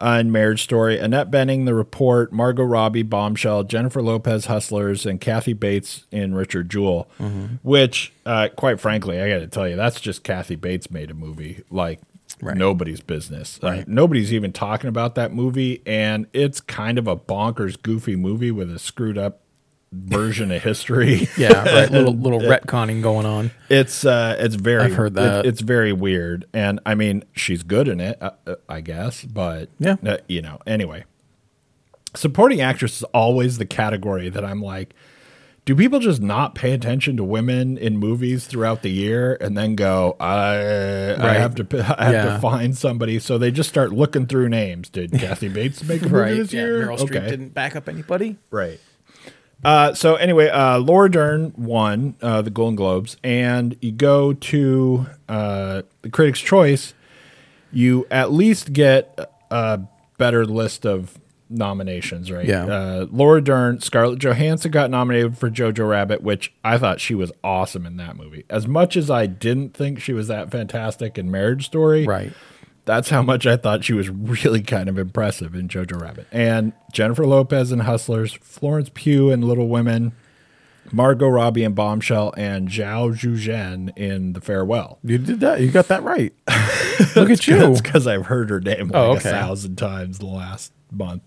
Speaker 1: uh, in Marriage Story, Annette Benning, The Report, Margot Robbie, Bombshell, Jennifer Lopez, Hustlers, and Kathy Bates in Richard Jewell.
Speaker 2: Mm-hmm.
Speaker 1: Which, uh, quite frankly, I got to tell you, that's just Kathy Bates made a movie like
Speaker 2: Right.
Speaker 1: nobody's business. Uh, nobody's even talking about that movie, and it's kind of a bonkers, goofy movie with a screwed up version of history.
Speaker 2: Yeah, right. Little little retconning going on.
Speaker 1: It's uh, it's very.
Speaker 2: I've heard
Speaker 1: it-
Speaker 2: that.
Speaker 1: it's very weird, and I mean, she's good in it, uh, uh, I guess. But
Speaker 2: Yeah.
Speaker 1: uh, you know. Anyway, supporting actress is always the category that I'm like, do people just not pay attention to women in movies throughout the year, and then go, I, I
Speaker 2: Right.
Speaker 1: have to, p- I have
Speaker 2: Yeah.
Speaker 1: to find somebody, so they just start looking through names. Did Kathy Bates make a movie this
Speaker 2: Yeah,
Speaker 1: year?
Speaker 2: Meryl Streep didn't back up anybody.
Speaker 1: Right. Uh, so anyway, uh, Laura Dern won uh, the Golden Globes, and you go to uh, the Critics' Choice, you at least get a better list of nominations, right?
Speaker 2: Yeah.
Speaker 1: Uh, Laura Dern, Scarlett Johansson got nominated for Jojo Rabbit, which I thought she was awesome in that movie. As much as I didn't think she was that fantastic in Marriage Story,
Speaker 2: Right.
Speaker 1: that's how much I thought she was really kind of impressive in Jojo Rabbit. And Jennifer Lopez in Hustlers, Florence Pugh in Little Women, Margot Robbie in Bombshell, and Zhao Zhuzhen in The Farewell.
Speaker 2: You did that. You got that right. Look at you.
Speaker 1: That's because I've heard her name like
Speaker 2: Oh,
Speaker 1: a
Speaker 2: okay.
Speaker 1: thousand times the last month.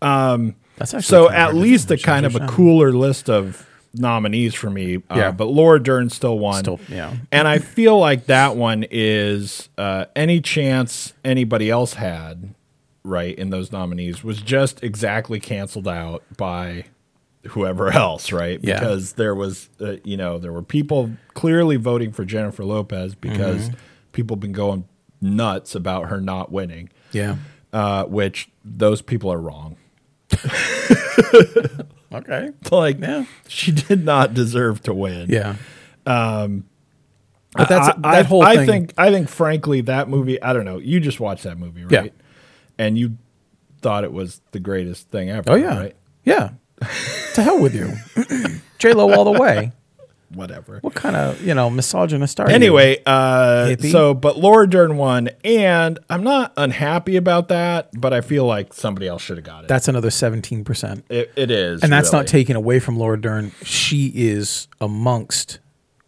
Speaker 2: That's actually
Speaker 1: So
Speaker 2: kinda hard
Speaker 1: at
Speaker 2: to do.
Speaker 1: least a kind of a cooler list of nominees for me. Uh,
Speaker 2: Yeah.
Speaker 1: But Laura Dern still won.
Speaker 2: Still- yeah.
Speaker 1: And I feel like that one is uh, any chance anybody else had, right, in those nominees was just exactly canceled out by whoever else, right?
Speaker 2: Yeah.
Speaker 1: Because there was, uh, you know, there were people clearly voting for Jennifer Lopez because
Speaker 2: Mm-hmm.
Speaker 1: people been going nuts about her not winning
Speaker 2: Yeah.
Speaker 1: uh, which those people are wrong.
Speaker 2: Okay.
Speaker 1: Like,
Speaker 2: Yeah.
Speaker 1: she did not deserve to win.
Speaker 2: Yeah. Um, but that's
Speaker 1: I, I-
Speaker 2: that whole
Speaker 1: I
Speaker 2: thing.
Speaker 1: think, I think, frankly, that movie. I don't know. You just watched that movie, right?
Speaker 2: Yeah.
Speaker 1: And you thought it was the greatest thing ever.
Speaker 2: oh yeah.
Speaker 1: Right?
Speaker 2: Yeah. to hell with you, J Lo all the way.
Speaker 1: Whatever.
Speaker 2: What kind of you know misogynist are you?
Speaker 1: Anyway, uh,
Speaker 2: Hippie?
Speaker 1: so but Laura Dern won, and I'm not unhappy about that, but I feel like somebody else should have got it.
Speaker 2: that's another seventeen percent.
Speaker 1: it, it is,
Speaker 2: and that's
Speaker 1: really.
Speaker 2: not taken away from Laura Dern. She is amongst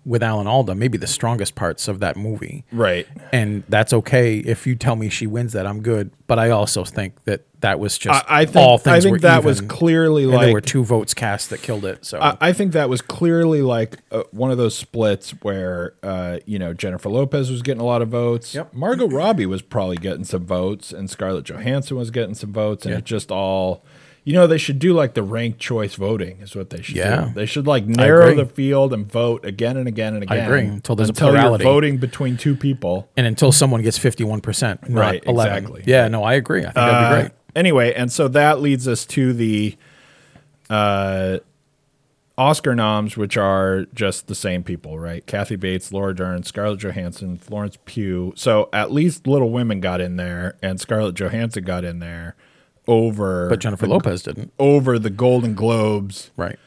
Speaker 2: with Alan Alda, maybe the strongest parts of that movie.
Speaker 1: right.
Speaker 2: And that's okay if you tell me she wins that. I'm good, but I also think that that was just
Speaker 1: I, I think
Speaker 2: all things
Speaker 1: I think
Speaker 2: were
Speaker 1: that
Speaker 2: even,
Speaker 1: was clearly
Speaker 2: and
Speaker 1: like
Speaker 2: there were two votes cast that killed it. So
Speaker 1: I, I think that was clearly like uh, one of those splits where uh, you know Jennifer Lopez was getting a lot of votes.
Speaker 2: Yep.
Speaker 1: Margot Robbie was probably getting some votes, and Scarlett Johansson was getting some votes, and
Speaker 2: Yeah.
Speaker 1: it just all. You know they should do like the ranked choice voting is what they should
Speaker 2: Yeah.
Speaker 1: do. They should like narrow
Speaker 2: agree.
Speaker 1: the field and vote again and again and again.
Speaker 2: agree, until there's a
Speaker 1: until
Speaker 2: plurality.
Speaker 1: You're voting between two people.
Speaker 2: and until someone gets 51%, not
Speaker 1: Right,
Speaker 2: 11.
Speaker 1: exactly. Uh,
Speaker 2: Yeah, no, I agree. I think that'd be great.
Speaker 1: Anyway, and so that leads us to the uh, Oscar noms, which are just the same people, right? Kathy Bates, Laura Dern, Scarlett Johansson, Florence Pugh. So at least Little Women got in there, and Scarlett Johansson got in there over
Speaker 2: But Jennifer Lopez didn't.
Speaker 1: over the Golden Globes
Speaker 2: Right.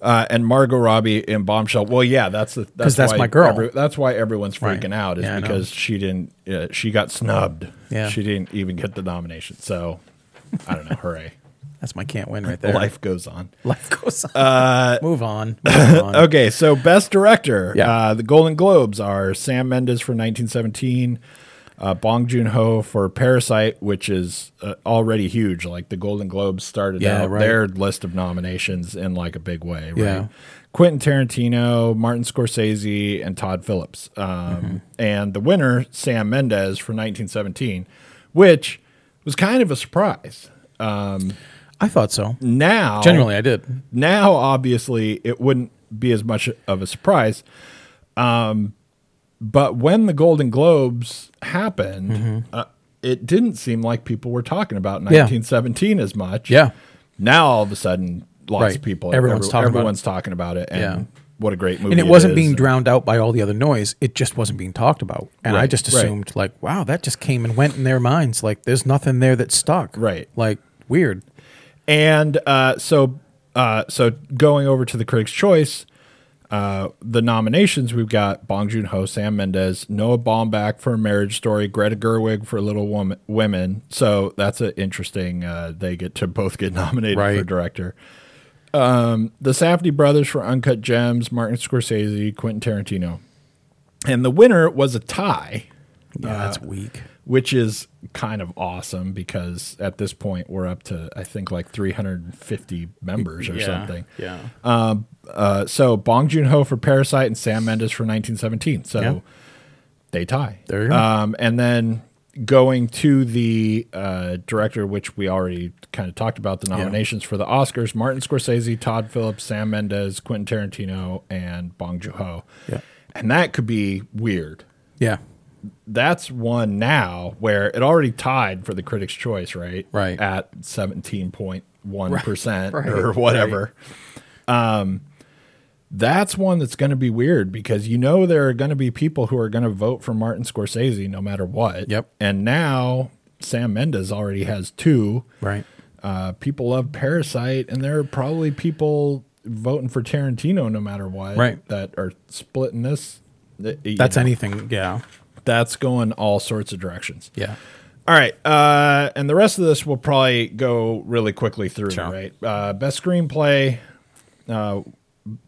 Speaker 1: uh, and Margot Robbie in Bombshell. Well, yeah, that's the that's,
Speaker 2: that's
Speaker 1: why
Speaker 2: my girl.
Speaker 1: that's why everyone's
Speaker 2: Right.
Speaker 1: freaking out is
Speaker 2: Yeah, I know.
Speaker 1: because she didn't uh, she got snubbed.
Speaker 2: Yeah.
Speaker 1: she didn't even get the nomination. So I don't know. Hooray!
Speaker 2: That's my can't win right there.
Speaker 1: Life goes on.
Speaker 2: Life goes on. move on. Move on.
Speaker 1: Okay, so best director.
Speaker 2: Yeah.
Speaker 1: Uh, the Golden Globes are Sam Mendes for 1917, uh, Bong Joon Ho for Parasite, which is uh, already huge. Like the Golden Globes started
Speaker 2: Yeah,
Speaker 1: out
Speaker 2: right.
Speaker 1: their list of nominations in like a big way. Right?
Speaker 2: Yeah.
Speaker 1: Quentin Tarantino, Martin Scorsese, and Todd Phillips. Um,
Speaker 2: Mm-hmm.
Speaker 1: And the winner, Sam Mendes for 1917, which was kind of a surprise. Um,
Speaker 2: I thought so.
Speaker 1: Now,
Speaker 2: Genuinely, I did.
Speaker 1: now obviously it wouldn't be as much of a surprise um, but when the golden globes happened
Speaker 2: Mm-hmm.
Speaker 1: uh, it didn't seem like people were talking about 1917 as much
Speaker 2: Yeah.
Speaker 1: now all of a sudden lots
Speaker 2: Right.
Speaker 1: of people
Speaker 2: Everyone's talking about
Speaker 1: everyone's talking about it and
Speaker 2: Yeah.
Speaker 1: what a great movie
Speaker 2: and it wasn't
Speaker 1: is.
Speaker 2: being drowned out by all the other noise. It just wasn't being talked about. And I
Speaker 1: Right,
Speaker 2: just
Speaker 1: right.
Speaker 2: assumed, like, wow, that just came and went in their minds. Like, there's nothing there that stuck.
Speaker 1: Right.
Speaker 2: Like, weird.
Speaker 1: And uh, so, uh, so going over to the Critics' Choice, Uh, the nominations we've got Bong Joon Ho, Sam Mendes, Noah Baumbach for Marriage Story, Greta Gerwig for Little Woman, Women. So that's an interesting. Uh, they get to both get nominated for
Speaker 2: Right.
Speaker 1: director. Um, the Safdie brothers for Uncut Gems, Martin Scorsese, Quentin Tarantino, and the winner was a tie
Speaker 2: Yeah, that's weak.
Speaker 1: which is kind of awesome because at this point we're up to I think like 350 members or
Speaker 2: yeah,
Speaker 1: something.
Speaker 2: Yeah.
Speaker 1: Uh, so Bong Joon Ho for Parasite and Sam Mendes for 1917. So
Speaker 2: Yeah.
Speaker 1: they tie.
Speaker 2: There you go.
Speaker 1: Um, and then going to the uh, director, which we already kind of talked about the nominations for the Oscars: Martin Scorsese, Todd Phillips, Sam Mendes, Quentin Tarantino, and Bong Joon Ho.
Speaker 2: Yeah.
Speaker 1: And that could be weird
Speaker 2: yeah.
Speaker 1: that's one now where it already tied for the critics choice right
Speaker 2: Right.
Speaker 1: at 17.1%
Speaker 2: Right,
Speaker 1: or
Speaker 2: right.
Speaker 1: whatever um that's one that's going to be weird because you know there are going to be people who are going to vote for Martin Scorsese no matter what
Speaker 2: Yep.
Speaker 1: and now Sam Mendes already has two
Speaker 2: Right.
Speaker 1: uh people love Parasite and there are probably people voting for Tarantino no matter what
Speaker 2: Right.
Speaker 1: that are splitting this Th- you
Speaker 2: That's
Speaker 1: know,
Speaker 2: anything. Yeah.
Speaker 1: that's going all sorts of directions
Speaker 2: Yeah.
Speaker 1: all right, uh, and the rest of this will probably go really quickly through,
Speaker 2: Sure.
Speaker 1: right? Uh, best screenplay. Uh,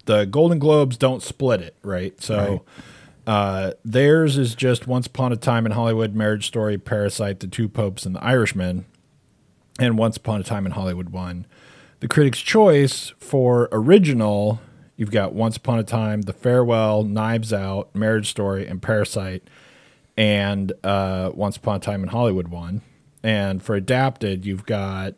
Speaker 1: the Golden Globes don't split it, right? So Uh, theirs is just Once Upon a Time in Hollywood, Marriage Story, Parasite, The Two Popes, and The Irishman. And Once Upon a Time in Hollywood won. The Critics' Choice for original, you've got Once Upon a Time, The Farewell, Knives Out, Marriage Story, and Parasite and uh, Once Upon a Time in Hollywood one. And for adapted, you've got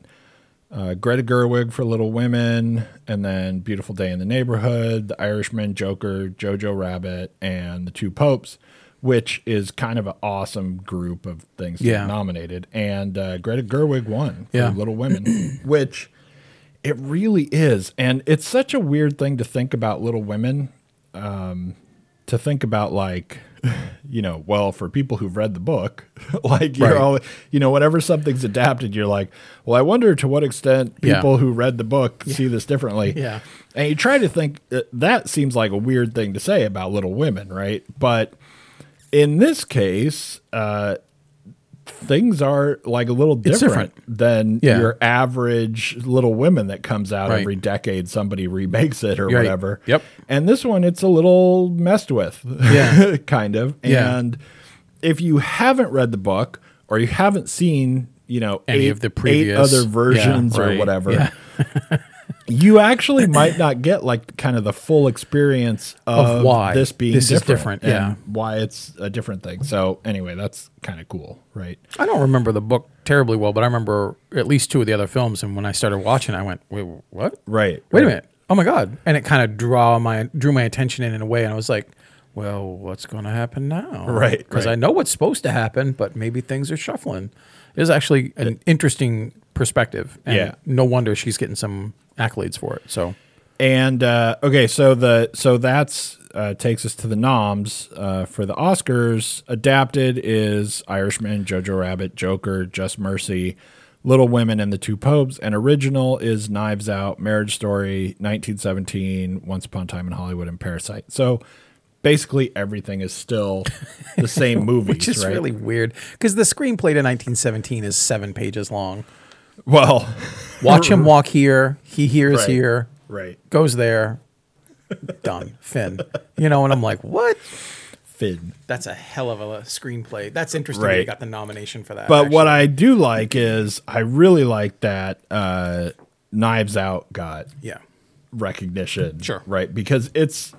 Speaker 1: uh, Greta Gerwig for Little Women, and then Beautiful Day in the Neighborhood, The Irishman, Joker, Jojo Rabbit, and The Two Popes, which is kind of an awesome group of things that
Speaker 2: Yeah.
Speaker 1: are nominated. And uh, Greta Gerwig won for
Speaker 2: Yeah.
Speaker 1: Little Women, which it really is. And it's such a weird thing to think about Little Women um, to think about like you know well for people who've read the book like you're
Speaker 2: Right.
Speaker 1: all you know whenever something's adapted you're like well i wonder to what extent
Speaker 2: Yeah.
Speaker 1: people who read the book see this differently
Speaker 2: Yeah.
Speaker 1: and you try to think uh, that seems like a weird thing to say about little women right but in this case uh things are like a little
Speaker 2: It's
Speaker 1: different, than
Speaker 2: Yeah.
Speaker 1: your average little women that comes out
Speaker 2: Right.
Speaker 1: every decade somebody remakes it or
Speaker 2: Right.
Speaker 1: whatever
Speaker 2: Yep.
Speaker 1: and this one, it's a little messed with,
Speaker 2: Yeah.
Speaker 1: kind of.
Speaker 2: Yeah.
Speaker 1: And if you haven't read the book or you haven't seen, you know,
Speaker 2: Any
Speaker 1: eight,
Speaker 2: of the
Speaker 1: eight
Speaker 2: previous-
Speaker 1: other
Speaker 2: yeah,
Speaker 1: versions or
Speaker 2: right,
Speaker 1: whatever,
Speaker 2: yeah.
Speaker 1: you actually might not get like kind of the full experience of,
Speaker 2: Of why
Speaker 1: this being
Speaker 2: this is
Speaker 1: different,
Speaker 2: different,
Speaker 1: and
Speaker 2: yeah.
Speaker 1: why it's a different thing. So anyway, that's kind of cool, right?
Speaker 2: I don't remember the book terribly well, but I remember at least two of the other films. And when I started watching, I went, "Wait, what?
Speaker 1: Right.
Speaker 2: Wait a minute! Oh my god!" And it kind of draw my drew my attention in in a way, and I was like, "Well, what's going to happen now?"
Speaker 1: Right,
Speaker 2: Because
Speaker 1: right.
Speaker 2: I know what's supposed to happen, but maybe things are shuffling. It was actually an interesting perspective. And
Speaker 1: Yeah.
Speaker 2: No wonder she's getting some accolades for it. So
Speaker 1: And uh, okay, so the so that's uh, takes us to the noms uh, for the Oscars. Adapted is Irishman, Jojo Rabbit, Joker, Just Mercy, Little Women, and the Two Popes. And original is Knives Out, Marriage Story, 1917, Once Upon a Time in Hollywood, and Parasite. So basically, everything is still the same movies,
Speaker 2: which is
Speaker 1: right?
Speaker 2: really weird because the screenplay to 1917 is seven pages long.
Speaker 1: well,
Speaker 2: Watch him walk here. He hears
Speaker 1: Right.
Speaker 2: here.
Speaker 1: right.
Speaker 2: goes there, done, Finn. You know, and I'm like, what?
Speaker 1: Finn.
Speaker 2: That's a hell of a screenplay. That's interesting.
Speaker 1: Right.
Speaker 2: They got the nomination for that.
Speaker 1: But what I do like is I really like that uh, Knives Out got
Speaker 2: yeah,
Speaker 1: recognition.
Speaker 2: Sure.
Speaker 1: Right. Because it's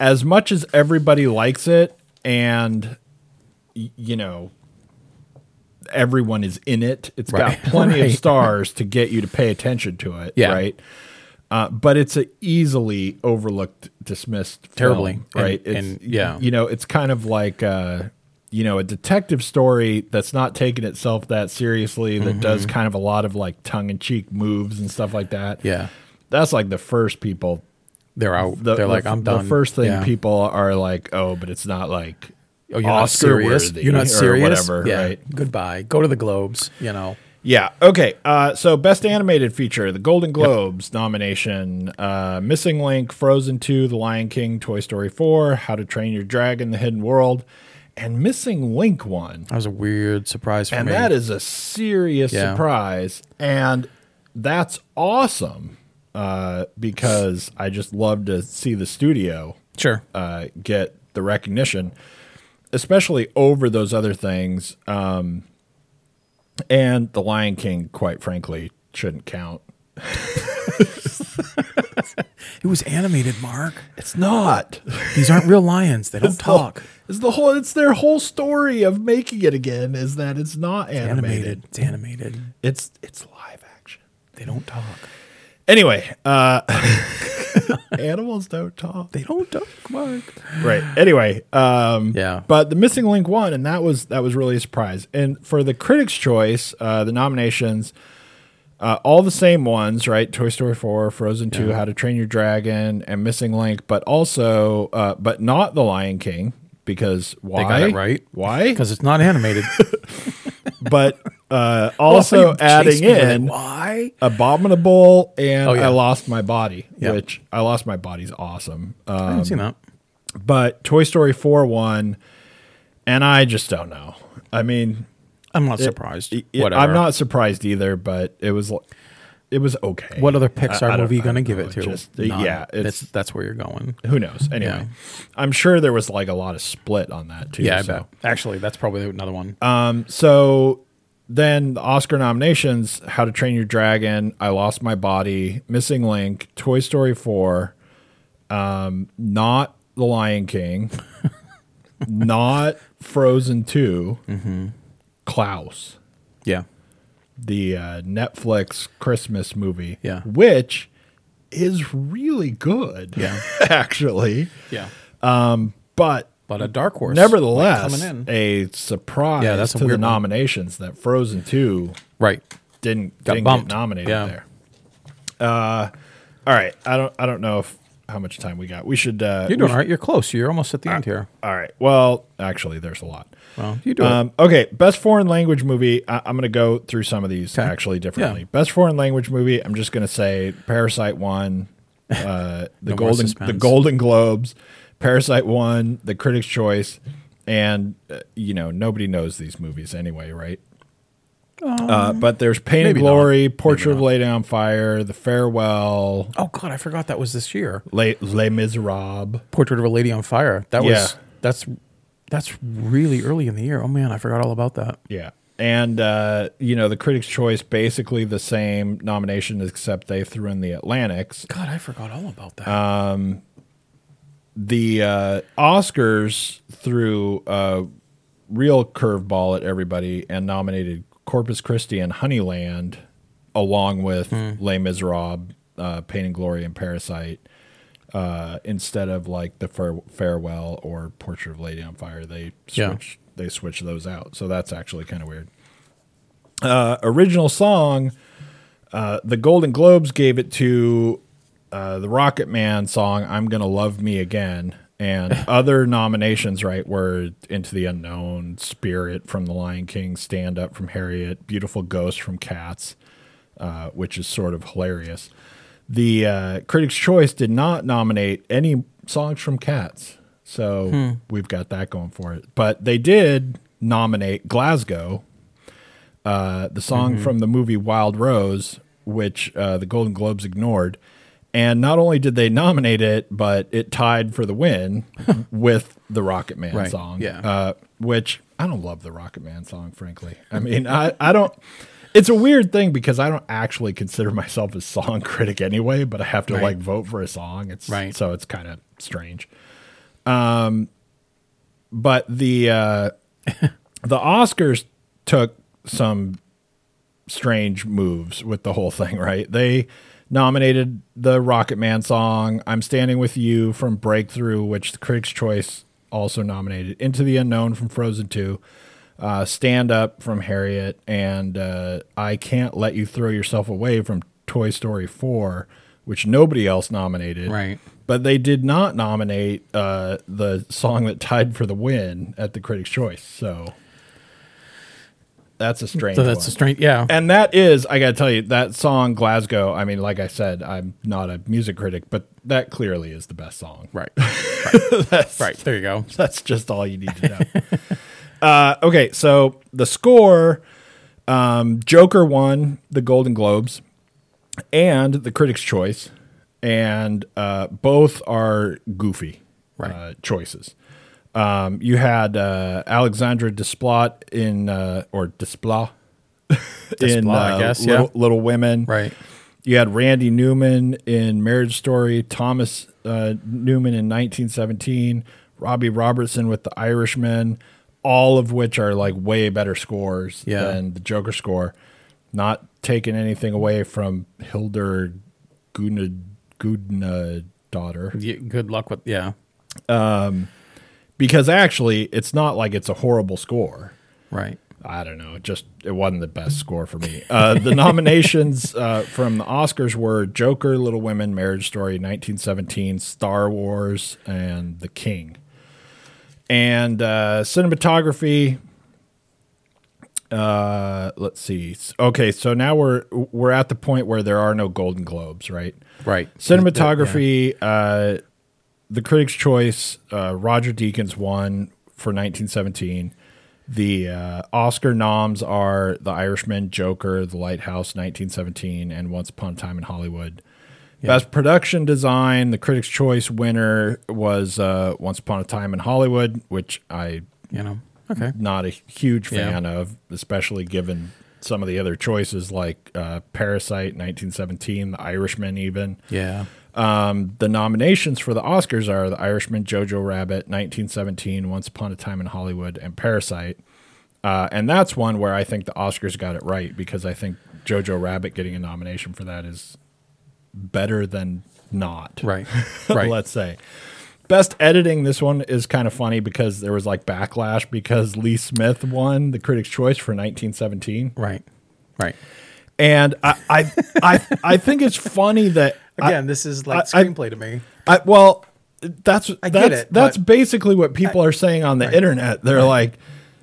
Speaker 1: as much as everybody likes it and, y- you know, everyone is in it, It's
Speaker 2: Right.
Speaker 1: got plenty of
Speaker 2: Right.
Speaker 1: stars to get you to pay attention to it.
Speaker 2: Yeah.
Speaker 1: Right. Uh, but it's a easily overlooked, dismissed, film,
Speaker 2: Terribly. And-
Speaker 1: right? it's,
Speaker 2: and- yeah.
Speaker 1: you know, it's kind of like uh, you know a detective story that's not taking itself that seriously, that does
Speaker 2: Mm-hmm.
Speaker 1: kind of a lot of like tongue in cheek moves and stuff like that
Speaker 2: yeah,
Speaker 1: that's like the first people
Speaker 2: they're out.
Speaker 1: the,
Speaker 2: they're like,
Speaker 1: the-
Speaker 2: I'm done.
Speaker 1: the first thing
Speaker 2: Yeah.
Speaker 1: people are like oh but it's not like
Speaker 2: Oh, you're not serious.
Speaker 1: Oscar-worthy
Speaker 2: You're
Speaker 1: or
Speaker 2: not serious.
Speaker 1: whatever
Speaker 2: yeah.
Speaker 1: right
Speaker 2: Goodbye. Go to the Globes. You know.
Speaker 1: Yeah. Okay. Uh, so, best animated feature: the Golden Globes nomination, uh, Missing Link, Frozen Two, The Lion King, Toy Story Four, How to Train Your Dragon, The Hidden World, and Missing Link won.
Speaker 2: That was a weird surprise for
Speaker 1: And
Speaker 2: me.
Speaker 1: that is a serious
Speaker 2: Yeah.
Speaker 1: surprise, and that's awesome uh, because I just love to see the studio
Speaker 2: sure.
Speaker 1: uh, get the recognition, especially over those other things. Um, and The Lion King, quite frankly, shouldn't count.
Speaker 2: It was animated, Mark.
Speaker 1: It's not.
Speaker 2: These aren't real lions. They don't talk.
Speaker 1: It's the whole. It's their whole story of making it again is that it's not animated.
Speaker 2: Animated. It's animated.
Speaker 1: It's it's live action.
Speaker 2: They don't talk.
Speaker 1: Anyway, uh, animals don't talk.
Speaker 2: They don't talk, Mark.
Speaker 1: Right. Anyway, um,
Speaker 2: Yeah.
Speaker 1: But the missing link won, and that was that was really a surprise. And for the critics' choice, uh, the nominations, uh, all the same ones, right? Toy Story Four, Frozen Two, How to Train Your Dragon, and Missing Link, but also, uh, but not The Lion King because why?
Speaker 2: got it right.
Speaker 1: Why?
Speaker 2: Because it's not animated.
Speaker 1: But uh, also
Speaker 2: You chase
Speaker 1: adding
Speaker 2: me with it.
Speaker 1: in
Speaker 2: why?
Speaker 1: Abominable and
Speaker 2: Oh, yeah.
Speaker 1: I Lost My Body,
Speaker 2: Yeah.
Speaker 1: which I Lost My Body's awesome.
Speaker 2: I
Speaker 1: Um,
Speaker 2: haven't seen that.
Speaker 1: but Toy Story 4 won, and I just don't know. I mean,
Speaker 2: I'm not surprised.
Speaker 1: it-
Speaker 2: Whatever.
Speaker 1: I'm not surprised either, but it was l- it was okay.
Speaker 2: What other
Speaker 1: I- I
Speaker 2: Pixar
Speaker 1: don't-
Speaker 2: movie you
Speaker 1: I don't
Speaker 2: gonna give
Speaker 1: know.
Speaker 2: it to?
Speaker 1: Just- uh,
Speaker 2: None.
Speaker 1: yeah,
Speaker 2: that's
Speaker 1: it's
Speaker 2: that's where you're going.
Speaker 1: who knows. Anyway, I'm sure there was like a lot of split on that too.
Speaker 2: Yeah, I
Speaker 1: so.
Speaker 2: bet. Actually, that's probably another one.
Speaker 1: Um, so then the Oscar nominations: How to Train Your Dragon, I Lost My Body, Missing Link, Toy Story Four, um, not The Lion King, not Frozen 2
Speaker 2: Mm-hmm.
Speaker 1: Klaus,
Speaker 2: yeah,
Speaker 1: the uh, Netflix Christmas movie,
Speaker 2: Yeah.
Speaker 1: which is really good,
Speaker 2: Yeah.
Speaker 1: actually,
Speaker 2: yeah.
Speaker 1: but
Speaker 2: But a dark horse.
Speaker 1: nevertheless,
Speaker 2: coming in.
Speaker 1: a surprise
Speaker 2: Yeah, that's a
Speaker 1: to the
Speaker 2: weird one.
Speaker 1: nominations that Frozen Two
Speaker 2: right.
Speaker 1: didn't
Speaker 2: Got
Speaker 1: didn't
Speaker 2: bumped.
Speaker 1: get nominated
Speaker 2: Yeah.
Speaker 1: there. Uh, all right. I don't I don't know if how much time we got. We should. Uh,
Speaker 2: You're
Speaker 1: we Uh,
Speaker 2: doing all right. You're close. You're almost at the end here.
Speaker 1: should- all right. Well, actually, there's a lot.
Speaker 2: Well, you do it.
Speaker 1: Um, okay, best foreign language movie. I, I'm going to go through some of these actually differently.
Speaker 2: Yeah.
Speaker 1: Best foreign language movie. I'm just going to say Parasite won, uh, the
Speaker 2: No more
Speaker 1: Golden the
Speaker 2: suspense.
Speaker 1: Golden Globes, Parasite won, the Critics' Choice, and uh, you know nobody knows these movies anyway, right? uh, but there's Pain and
Speaker 2: Um, maybe not.
Speaker 1: Glory, Portrait of a Lady on Fire, The Farewell,
Speaker 2: Oh God, I forgot that was this year.
Speaker 1: Les, Les Miserables.
Speaker 2: Portrait of a Lady on Fire. That was
Speaker 1: Yeah.
Speaker 2: that's that's really early in the year. Oh man, I forgot all about that.
Speaker 1: Yeah. And, uh, you know, the Critics' Choice, basically the same nomination, except they threw in the Atlantics.
Speaker 2: God, I forgot all about that.
Speaker 1: The uh, Oscars threw a real curveball at everybody and nominated Corpus Christi and Honeyland, along with Les Miserables, uh, Pain and Glory, and Parasite. Uh, instead of like the fare- farewell or Portrait of a Lady on Fire, they
Speaker 2: Yeah.
Speaker 1: switched they switched those out. So that's actually kind of weird. Uh, original song, uh, the Golden Globes gave it to uh, the Rocket Man song "I'm Gonna Love Me Again," and other nominations right were "Into the Unknown," "Spirit" from The Lion King, "Stand Up" from Harriet, "Beautiful Ghost" from Cats, uh, which is sort of hilarious. The uh, Critics' Choice did not nominate any songs from Cats, so
Speaker 2: Hmm.
Speaker 1: we've got that going for it. But they did nominate "Glasgow," uh, the song
Speaker 2: Mm-hmm.
Speaker 1: from the movie Wild Rose, which uh, the Golden Globes ignored. And not only did they nominate it, but it tied for the win with the Rocket Man
Speaker 2: Right,
Speaker 1: song.
Speaker 2: yeah.
Speaker 1: Uh, which I don't love the Rocket Man song, frankly. I mean, I, I don't. It's a weird thing because I don't actually consider myself a song critic anyway, but I have to
Speaker 2: Right.
Speaker 1: like vote for a song. It's
Speaker 2: Right.
Speaker 1: so it's kind of strange. Um, but the uh, the Oscars took some strange moves with the whole thing, right? They nominated the Rocket Man song, I'm Standing With You from Breakthrough, which the Critics' Choice also nominated, Into the Unknown from Frozen 2, uh, Stand Up from Harriet, and uh, I Can't Let You Throw Yourself Away from Toy Story 4, which nobody else nominated.
Speaker 2: Right.
Speaker 1: But they did not nominate uh, the song that tied for the win at the Critics' Choice. So That's a strange.
Speaker 2: So that's
Speaker 1: one.
Speaker 2: a strange. Yeah.
Speaker 1: And that is, I gotta tell you, that song Glasgow. I mean, like I said, I'm not a music critic, but that clearly is the best song.
Speaker 2: Right.
Speaker 1: that's,
Speaker 2: Right. There you go.
Speaker 1: That's just all you need to know. uh, okay, so the score: um, Joker won the Golden Globes and the Critics' Choice, and uh, both are goofy
Speaker 2: Right.
Speaker 1: uh, choices. Um, you had uh, Alexandra Desplat in uh, or Desplat in
Speaker 2: Desplat, I
Speaker 1: uh,
Speaker 2: guess, yeah.
Speaker 1: Little, Little Women,
Speaker 2: Right.
Speaker 1: you had Randy Newman in Marriage Story, Thomas uh, Newman in 1917, Robbie Robertson with The Irishman, all of which are like way better scores
Speaker 2: Yeah.
Speaker 1: than the Joker score. Not taking anything away from Hildur Gudna, Gudna daughter
Speaker 2: Y- Good luck with yeah.
Speaker 1: because actually it's not like it's a horrible score.
Speaker 2: Right.
Speaker 1: I don't know. It just it wasn't the best score for me. Uh, the nominations uh, from the Oscars were Joker, Little Women, Marriage Story, 1917, Star Wars, and The King. And uh, cinematography. Uh, let's see. S- Okay, so now we're we're at the point where there are no Golden Globes, right?
Speaker 2: Right.
Speaker 1: Cinematography. Uh, the Critics' Choice. Uh, Roger Deakins won for 1917. The uh, Oscar noms are The Irishman, Joker, The Lighthouse, 1917, and Once Upon a Time in Hollywood. Best production design, the Critics' Choice winner was uh, Once Upon a Time in Hollywood, which I
Speaker 2: You know. Okay.
Speaker 1: not a huge
Speaker 2: Yeah.
Speaker 1: fan of, especially given some of the other choices like uh, Parasite, 1917, The Irishman, even.
Speaker 2: Yeah.
Speaker 1: Um, the nominations for the Oscars are The Irishman, Jojo Rabbit, 1917, Once Upon a Time in Hollywood, and Parasite. Uh, and that's one where I think the Oscars got it right because I think Jojo Rabbit getting a nomination for that is better than not.
Speaker 2: Right. Right.
Speaker 1: let's say. Best editing, this one is kind of funny because there was like backlash because Lee Smith won the Critics' Choice for 1917.
Speaker 2: right. Right.
Speaker 1: And I, I, I, I think it's funny that. I-
Speaker 2: Again, this is like
Speaker 1: I- I-
Speaker 2: screenplay to me.
Speaker 1: I, well, that's
Speaker 2: I get
Speaker 1: that's
Speaker 2: it,
Speaker 1: that's
Speaker 2: but-
Speaker 1: basically what people are saying on the internet. They're like,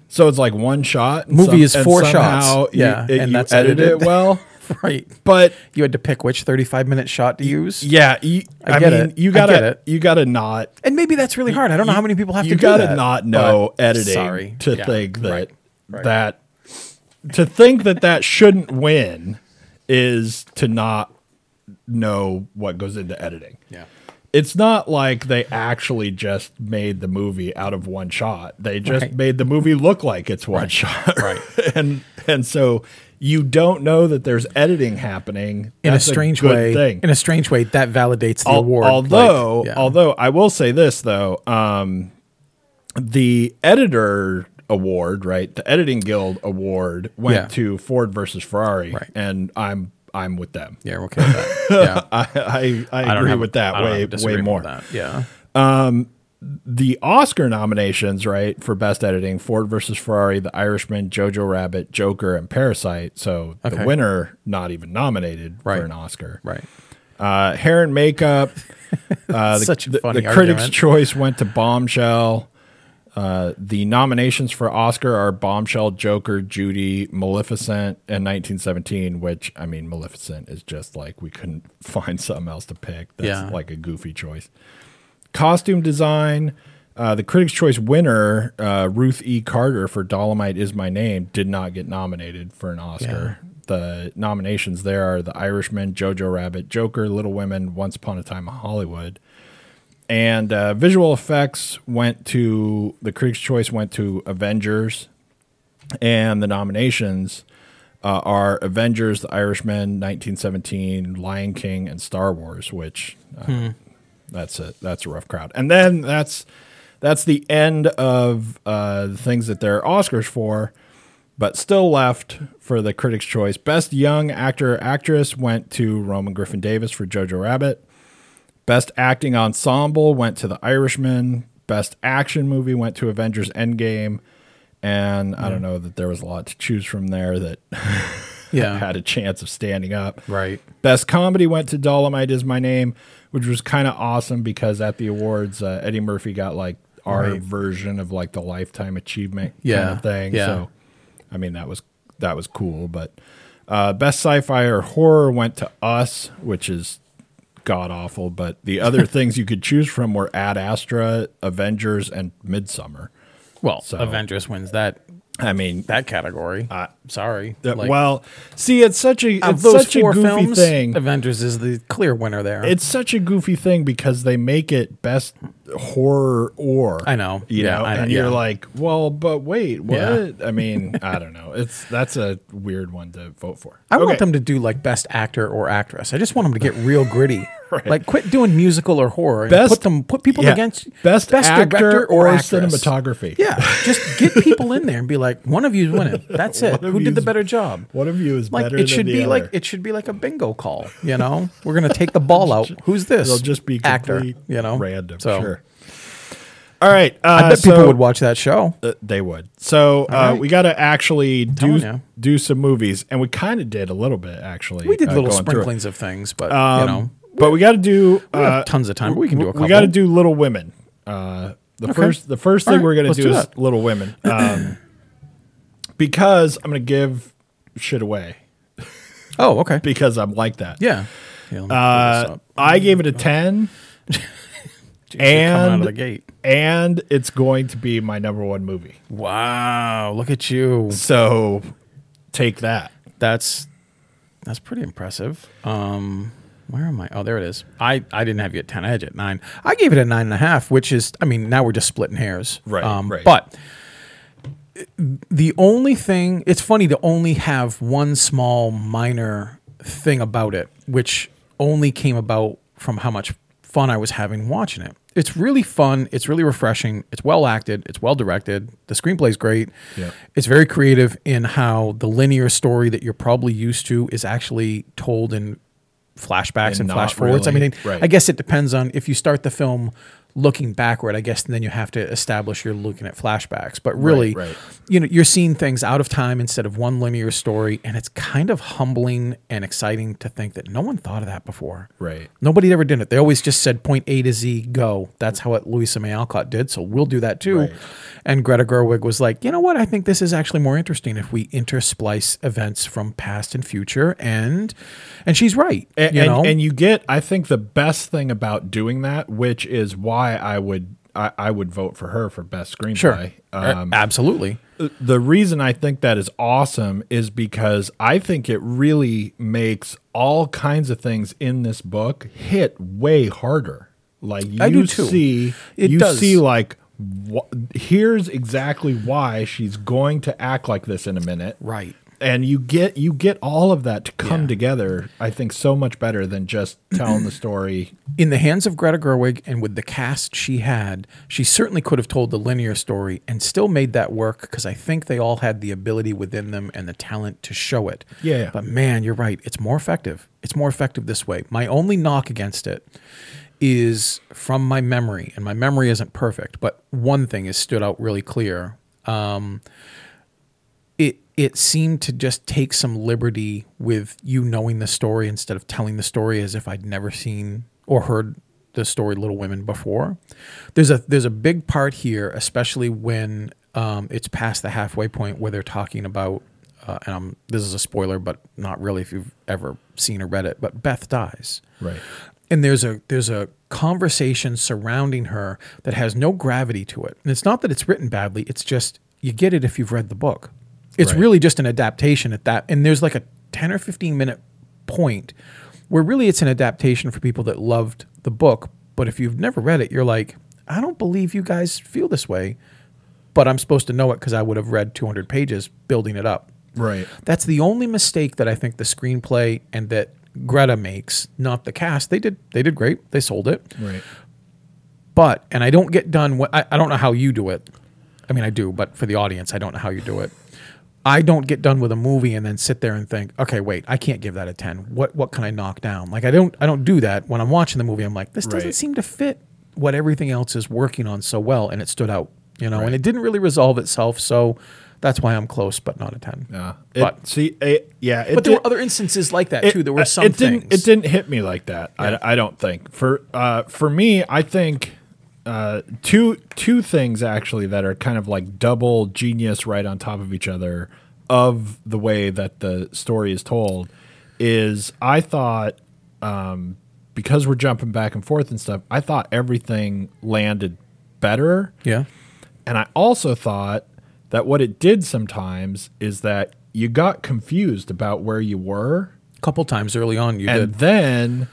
Speaker 1: so it's like one shot. and
Speaker 2: Movie
Speaker 1: some-
Speaker 2: is
Speaker 1: and
Speaker 2: four
Speaker 1: somehow
Speaker 2: shots.
Speaker 1: you-
Speaker 2: Yeah,
Speaker 1: it-
Speaker 2: and
Speaker 1: you
Speaker 2: that's
Speaker 1: edit
Speaker 2: edited.
Speaker 1: it well,
Speaker 2: Right.
Speaker 1: but
Speaker 2: You had to pick which 35 minute shot to use.
Speaker 1: yeah, you, I,
Speaker 2: I get
Speaker 1: mean,
Speaker 2: it.
Speaker 1: you
Speaker 2: I
Speaker 1: gotta
Speaker 2: get it.
Speaker 1: you gotta not
Speaker 2: And maybe that's really hard. I don't know how many people have
Speaker 1: you
Speaker 2: to do
Speaker 1: gotta
Speaker 2: that,
Speaker 1: not
Speaker 2: but-
Speaker 1: know editing
Speaker 2: Sorry.
Speaker 1: to
Speaker 2: Yeah.
Speaker 1: think that
Speaker 2: Right. Right.
Speaker 1: that to think that that shouldn't win is to not know what goes into editing.
Speaker 2: Yeah.
Speaker 1: it's not like they actually just made the movie out of one shot. They just
Speaker 2: Right.
Speaker 1: made the movie look like it's one shot.
Speaker 2: Right.
Speaker 1: and and so you don't know that there's editing happening
Speaker 2: In
Speaker 1: That's
Speaker 2: a strange
Speaker 1: good
Speaker 2: way,
Speaker 1: thing.
Speaker 2: in a strange way, that validates the
Speaker 1: Al-
Speaker 2: award. like,
Speaker 1: Although,
Speaker 2: yeah.
Speaker 1: although I will say this though, um, the editor award, right? The editing guild award went
Speaker 2: Yeah.
Speaker 1: to Ford versus Ferrari,
Speaker 2: Right.
Speaker 1: and I'm I'm with them.
Speaker 2: yeah, we're okay. With that. Yeah,
Speaker 1: I I,
Speaker 2: I don't
Speaker 1: agree
Speaker 2: have-
Speaker 1: with that
Speaker 2: I don't have a
Speaker 1: way way
Speaker 2: disagreement
Speaker 1: more.
Speaker 2: with that. Yeah,
Speaker 1: the Oscar nominations, right, for best editing, Ford versus Ferrari, The Irishman, Jojo Rabbit, Joker, and Parasite. So the
Speaker 2: Okay.
Speaker 1: winner not even nominated
Speaker 2: Right.
Speaker 1: for an Oscar.
Speaker 2: right.
Speaker 1: Uh, hair and makeup. Uh, the,
Speaker 2: Such a
Speaker 1: the-
Speaker 2: funny
Speaker 1: The critics'
Speaker 2: argument.
Speaker 1: choice went to Bombshell. Uh, the nominations for Oscar are Bombshell, Joker, Judy, Maleficent, and 1917. Which I mean, Maleficent is just like we couldn't find something else to pick. That's
Speaker 2: Yeah.
Speaker 1: like a goofy choice. Costume design. Uh, the Critics' Choice winner, uh, Ruth E. Carter for Dolomite Is My Name, did not get nominated for an Oscar. The nominations there are The Irishman, Jojo Rabbit, Joker, Little Women, Once Upon a Time in Hollywood. And uh, visual effects went to the Critics' Choice went to Avengers, and the nominations uh, are Avengers, The Irishman, 1917, Lion King, and Star Wars. Which uh, that's a that's a rough crowd. And then that's that's the end of uh, the things that there are Oscars for, but still left for the Critics' Choice. Best Young Actor or Actress went to Roman Griffin Davis for Jojo Rabbit. Best Acting Ensemble went to The Irishman. Best Action Movie went to Avengers Endgame. And I don't know that there was a lot to choose from there that
Speaker 2: Yeah,
Speaker 1: had a chance of standing up.
Speaker 2: right.
Speaker 1: Best comedy went to Dolomite is my name, which was kind of awesome because at the awards, uh, Eddie Murphy got like our
Speaker 2: Right.
Speaker 1: version of like the lifetime achievement kind
Speaker 2: Yeah,
Speaker 1: of thing.
Speaker 2: yeah.
Speaker 1: So, I mean, that was that was cool. But uh, best sci-fi or horror went to Us, which is god awful. But the other things you could choose from were Ad Astra, Avengers, and Midsummer.
Speaker 2: Well, Avengers wins that
Speaker 1: I mean,
Speaker 2: that category. Sorry.
Speaker 1: that-
Speaker 2: Like,
Speaker 1: well, see, it's such a
Speaker 2: of
Speaker 1: it's
Speaker 2: those
Speaker 1: such a
Speaker 2: four
Speaker 1: goofy
Speaker 2: films,
Speaker 1: thing.
Speaker 2: Avengers is the clear winner there.
Speaker 1: it's such a goofy thing because they make it best horror or
Speaker 2: I know.
Speaker 1: you
Speaker 2: Yeah,
Speaker 1: know
Speaker 2: I know,
Speaker 1: and you're
Speaker 2: yeah.
Speaker 1: like well but wait what
Speaker 2: Yeah.
Speaker 1: i mean i don't know it's that's a weird one to vote for
Speaker 2: I
Speaker 1: Okay.
Speaker 2: want them to do like best actor or actress. I just want them to get real gritty. Like quit doing musical or horror. and
Speaker 1: Best-
Speaker 2: put them put people
Speaker 1: yeah.
Speaker 2: against
Speaker 1: best, actor
Speaker 2: director
Speaker 1: or,
Speaker 2: actress.
Speaker 1: cinematography
Speaker 2: Yeah, just get people in there and be like, one of you's winning. That's it.
Speaker 1: of
Speaker 2: Who did the
Speaker 1: you's-
Speaker 2: better job?
Speaker 1: one of you is
Speaker 2: Like
Speaker 1: better
Speaker 2: it should
Speaker 1: than the
Speaker 2: be like
Speaker 1: other.
Speaker 2: it should be like a bingo call. You know, we're gonna take the ball out. Who's this?
Speaker 1: it'll just be
Speaker 2: actor.
Speaker 1: complete
Speaker 2: You know,
Speaker 1: random
Speaker 2: So
Speaker 1: sure all right uh,
Speaker 2: I bet people
Speaker 1: so-
Speaker 2: would watch that show.
Speaker 1: Uh, they would. So uh,
Speaker 2: right.
Speaker 1: we got to actually
Speaker 2: telling
Speaker 1: do
Speaker 2: you.
Speaker 1: do some movies, and we kind of did a little bit actually.
Speaker 2: We did
Speaker 1: uh,
Speaker 2: little
Speaker 1: going through it. Um,
Speaker 2: sprinklings of things, but you know,
Speaker 1: but we got to do.
Speaker 2: we
Speaker 1: Uh,
Speaker 2: have tons of time. but We can do a couple.
Speaker 1: we got to do Little Women. Uh, the first the first thing
Speaker 2: All right,
Speaker 1: we're gonna
Speaker 2: let's
Speaker 1: do,
Speaker 2: do
Speaker 1: is
Speaker 2: that.
Speaker 1: Little Women, um, because I'm gonna give shit away
Speaker 2: Oh, okay.
Speaker 1: because I'm like that.
Speaker 2: Yeah. Yeah, let me pull this
Speaker 1: Uh,
Speaker 2: up.
Speaker 1: I gave it a ten,
Speaker 2: Jeez, you're coming out
Speaker 1: and-
Speaker 2: of the gate.
Speaker 1: and it's going to be my number one movie.
Speaker 2: Wow, look at you.
Speaker 1: So take that.
Speaker 2: That's that's pretty impressive. Um, where am I? Oh, there it is. I I didn't have you at ten. I had you at nine. I gave it a nine and a half, which is, I mean, now we're just splitting hairs,
Speaker 1: Right,
Speaker 2: Um,
Speaker 1: right.
Speaker 2: But the only thing it's funny to only have one small minor thing about it which only came about from how much fun i was having watching it it's really fun it's really refreshing it's well acted it's well directed the screenplay's great
Speaker 1: Yeah.
Speaker 2: it's very creative in how the linear story that you're probably used to is actually told in flashbacks and,
Speaker 1: And not
Speaker 2: flash forwards i
Speaker 1: really-
Speaker 2: mean
Speaker 1: right.
Speaker 2: i guess it depends on if you start the film looking backward i guess then you have to establish you're looking at flashbacks but really
Speaker 1: right.
Speaker 2: you know you're seeing things out of time instead of one linear story and it's kind of humbling and exciting to think that no one thought of that before
Speaker 1: Right.
Speaker 2: nobody ever did it they always just said point a to z go that's how it louisa may alcott did so we'll do that too
Speaker 1: Right.
Speaker 2: and greta gerwig was like you know what i think this is actually more interesting if we intersplice events from past and future and and she's right
Speaker 1: and,
Speaker 2: you
Speaker 1: and,
Speaker 2: know
Speaker 1: and you get i think the best thing about doing that which is why i would i, I would vote for her for best screenplay
Speaker 2: sure
Speaker 1: um,
Speaker 2: absolutely
Speaker 1: the reason i think that is awesome is because i think it really makes all kinds of things in this book hit way harder like you
Speaker 2: I do too.
Speaker 1: see
Speaker 2: It
Speaker 1: you
Speaker 2: does.
Speaker 1: see like wh- here's exactly why she's going to act like this in a minute
Speaker 2: right
Speaker 1: and you get you get all of that to come
Speaker 2: Yeah.
Speaker 1: together i think so much better than just telling the story
Speaker 2: in the hands of Greta Gerwig and with the cast she had, she certainly could have told the linear story and still made that work because I think they all had the ability within them and the talent to show it.
Speaker 1: Yeah, yeah.
Speaker 2: But man, you're right. It's more effective. It's more effective this way. My only knock against it is from my memory, and my memory isn't perfect, but one thing has stood out really clear. Um, it it seemed to just take some liberty with you knowing the story instead of telling the story as if I'd never seen or heard the story Little Women before. There's a there's a big part here, especially when um, it's past the halfway point where they're talking about, uh, and I'm, this is a spoiler, but not really if you've ever seen or read it. But Beth dies
Speaker 1: right
Speaker 2: and there's a there's a conversation surrounding her that has no gravity to it and it's not that it's written badly it's just you get it if you've read the book it's
Speaker 1: Right.
Speaker 2: really just an adaptation at that and there's like a 10 or 15 minute point where really it's an adaptation for people that loved the book but if you've never read it you're like i don't believe you guys feel this way but i'm supposed to know it because i would have read 200 pages building it up
Speaker 1: right
Speaker 2: that's the only mistake that I think the screenplay and that Greta makes, not the cast. They did they did great. They sold it.
Speaker 1: right
Speaker 2: But and I don't get done wh- I, I don't know how you do it. I mean I do, but for the audience, I don't know how you do it. I don't get done with a movie and then sit there and think, okay, wait, I can't give that a ten. What what can I knock down? Like I don't I don't do that when I'm watching the movie. I'm like, this doesn't
Speaker 1: Right.
Speaker 2: seem to fit what everything else is working on so well, and it stood out, you know, and it didn't really resolve itself. So that's why I'm close, but not a ten.
Speaker 1: yeah it,
Speaker 2: But-
Speaker 1: see it, yeah it
Speaker 2: But there
Speaker 1: did-
Speaker 2: were other instances like that
Speaker 1: it-
Speaker 2: too. There
Speaker 1: uh,
Speaker 2: were some
Speaker 1: it didn't
Speaker 2: things.
Speaker 1: it didn't hit me like that I, I don't think for uh for me i think uh two two things actually that are kind of like double genius right on top of each other of the way that the story is told is I thought um, because we're jumping back and forth and stuff, I thought everything landed better.
Speaker 2: Yeah.
Speaker 1: And I also thought that what it did sometimes is that you got confused about where you were.
Speaker 2: A couple times early on, you
Speaker 1: And
Speaker 2: did.
Speaker 1: then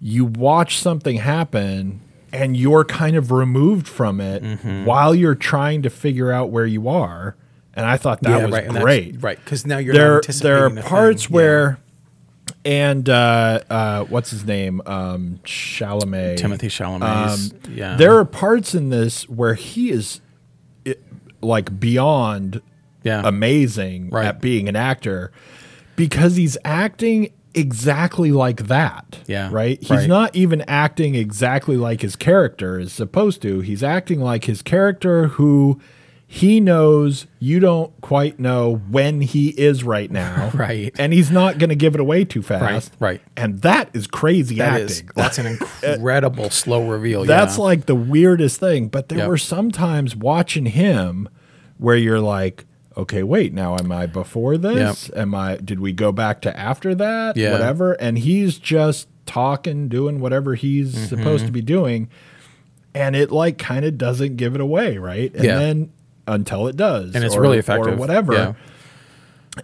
Speaker 1: you watch something happen and you're kind of removed from it
Speaker 2: Mm-hmm.
Speaker 1: while you're trying to figure out where you are. And I thought that was
Speaker 2: and that's-
Speaker 1: great.
Speaker 2: Right, because now you're not
Speaker 1: There,
Speaker 2: anticipating
Speaker 1: there are
Speaker 2: the thing.
Speaker 1: parts
Speaker 2: Yeah.
Speaker 1: where, and uh, uh, what's his name? Um, Chalamet.
Speaker 2: Timothy Chalamet's. yeah,
Speaker 1: There are parts in this where he is it, like beyond
Speaker 2: yeah,
Speaker 1: amazing
Speaker 2: Right.
Speaker 1: at being an actor because he's acting exactly like that.
Speaker 2: Yeah,
Speaker 1: Right? He's
Speaker 2: right.
Speaker 1: not even acting exactly like his character is supposed to. He's acting like his character who he knows you don't quite know when he is right now.
Speaker 2: Right.
Speaker 1: And he's not going to give it away too fast.
Speaker 2: right.
Speaker 1: And that is crazy
Speaker 2: That
Speaker 1: acting.
Speaker 2: is- that's an incredible slow reveal.
Speaker 1: That's
Speaker 2: yeah.
Speaker 1: like the weirdest thing. But there
Speaker 2: Yep.
Speaker 1: were some times watching him where you're like, okay, wait, now am I before this? Am I did we go back to after that?
Speaker 2: Yeah.
Speaker 1: Whatever. And he's just talking, doing whatever he's
Speaker 2: Mm-hmm.
Speaker 1: supposed to be doing. And it like kind of doesn't give it away, right? And
Speaker 2: Yeah.
Speaker 1: then until it does.
Speaker 2: and it's
Speaker 1: or-
Speaker 2: really effective.
Speaker 1: Or whatever.
Speaker 2: Yeah.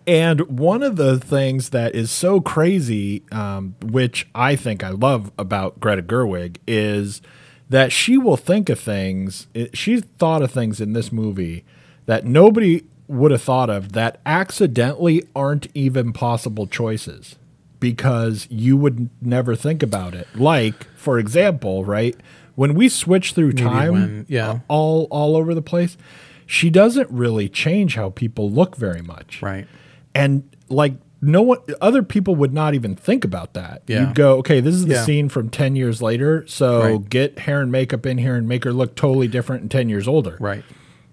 Speaker 1: And one of the things that is so crazy, um, which I think I love about Greta Gerwig, is that she will think of things. It, she thought of things in this movie that nobody would have thought of that accidentally aren't even possible choices because you would never think about it. Like, for example, right when we switch through time,
Speaker 2: when- yeah.
Speaker 1: uh, all all over the place. She doesn't really change how people look very much
Speaker 2: Right.
Speaker 1: and like no one other people would not even think about that
Speaker 2: Yeah.
Speaker 1: you'd go okay this is the
Speaker 2: Yeah.
Speaker 1: scene from 10 years later so
Speaker 2: Right.
Speaker 1: get hair and makeup in here and make her look totally different and 10 years older
Speaker 2: Right.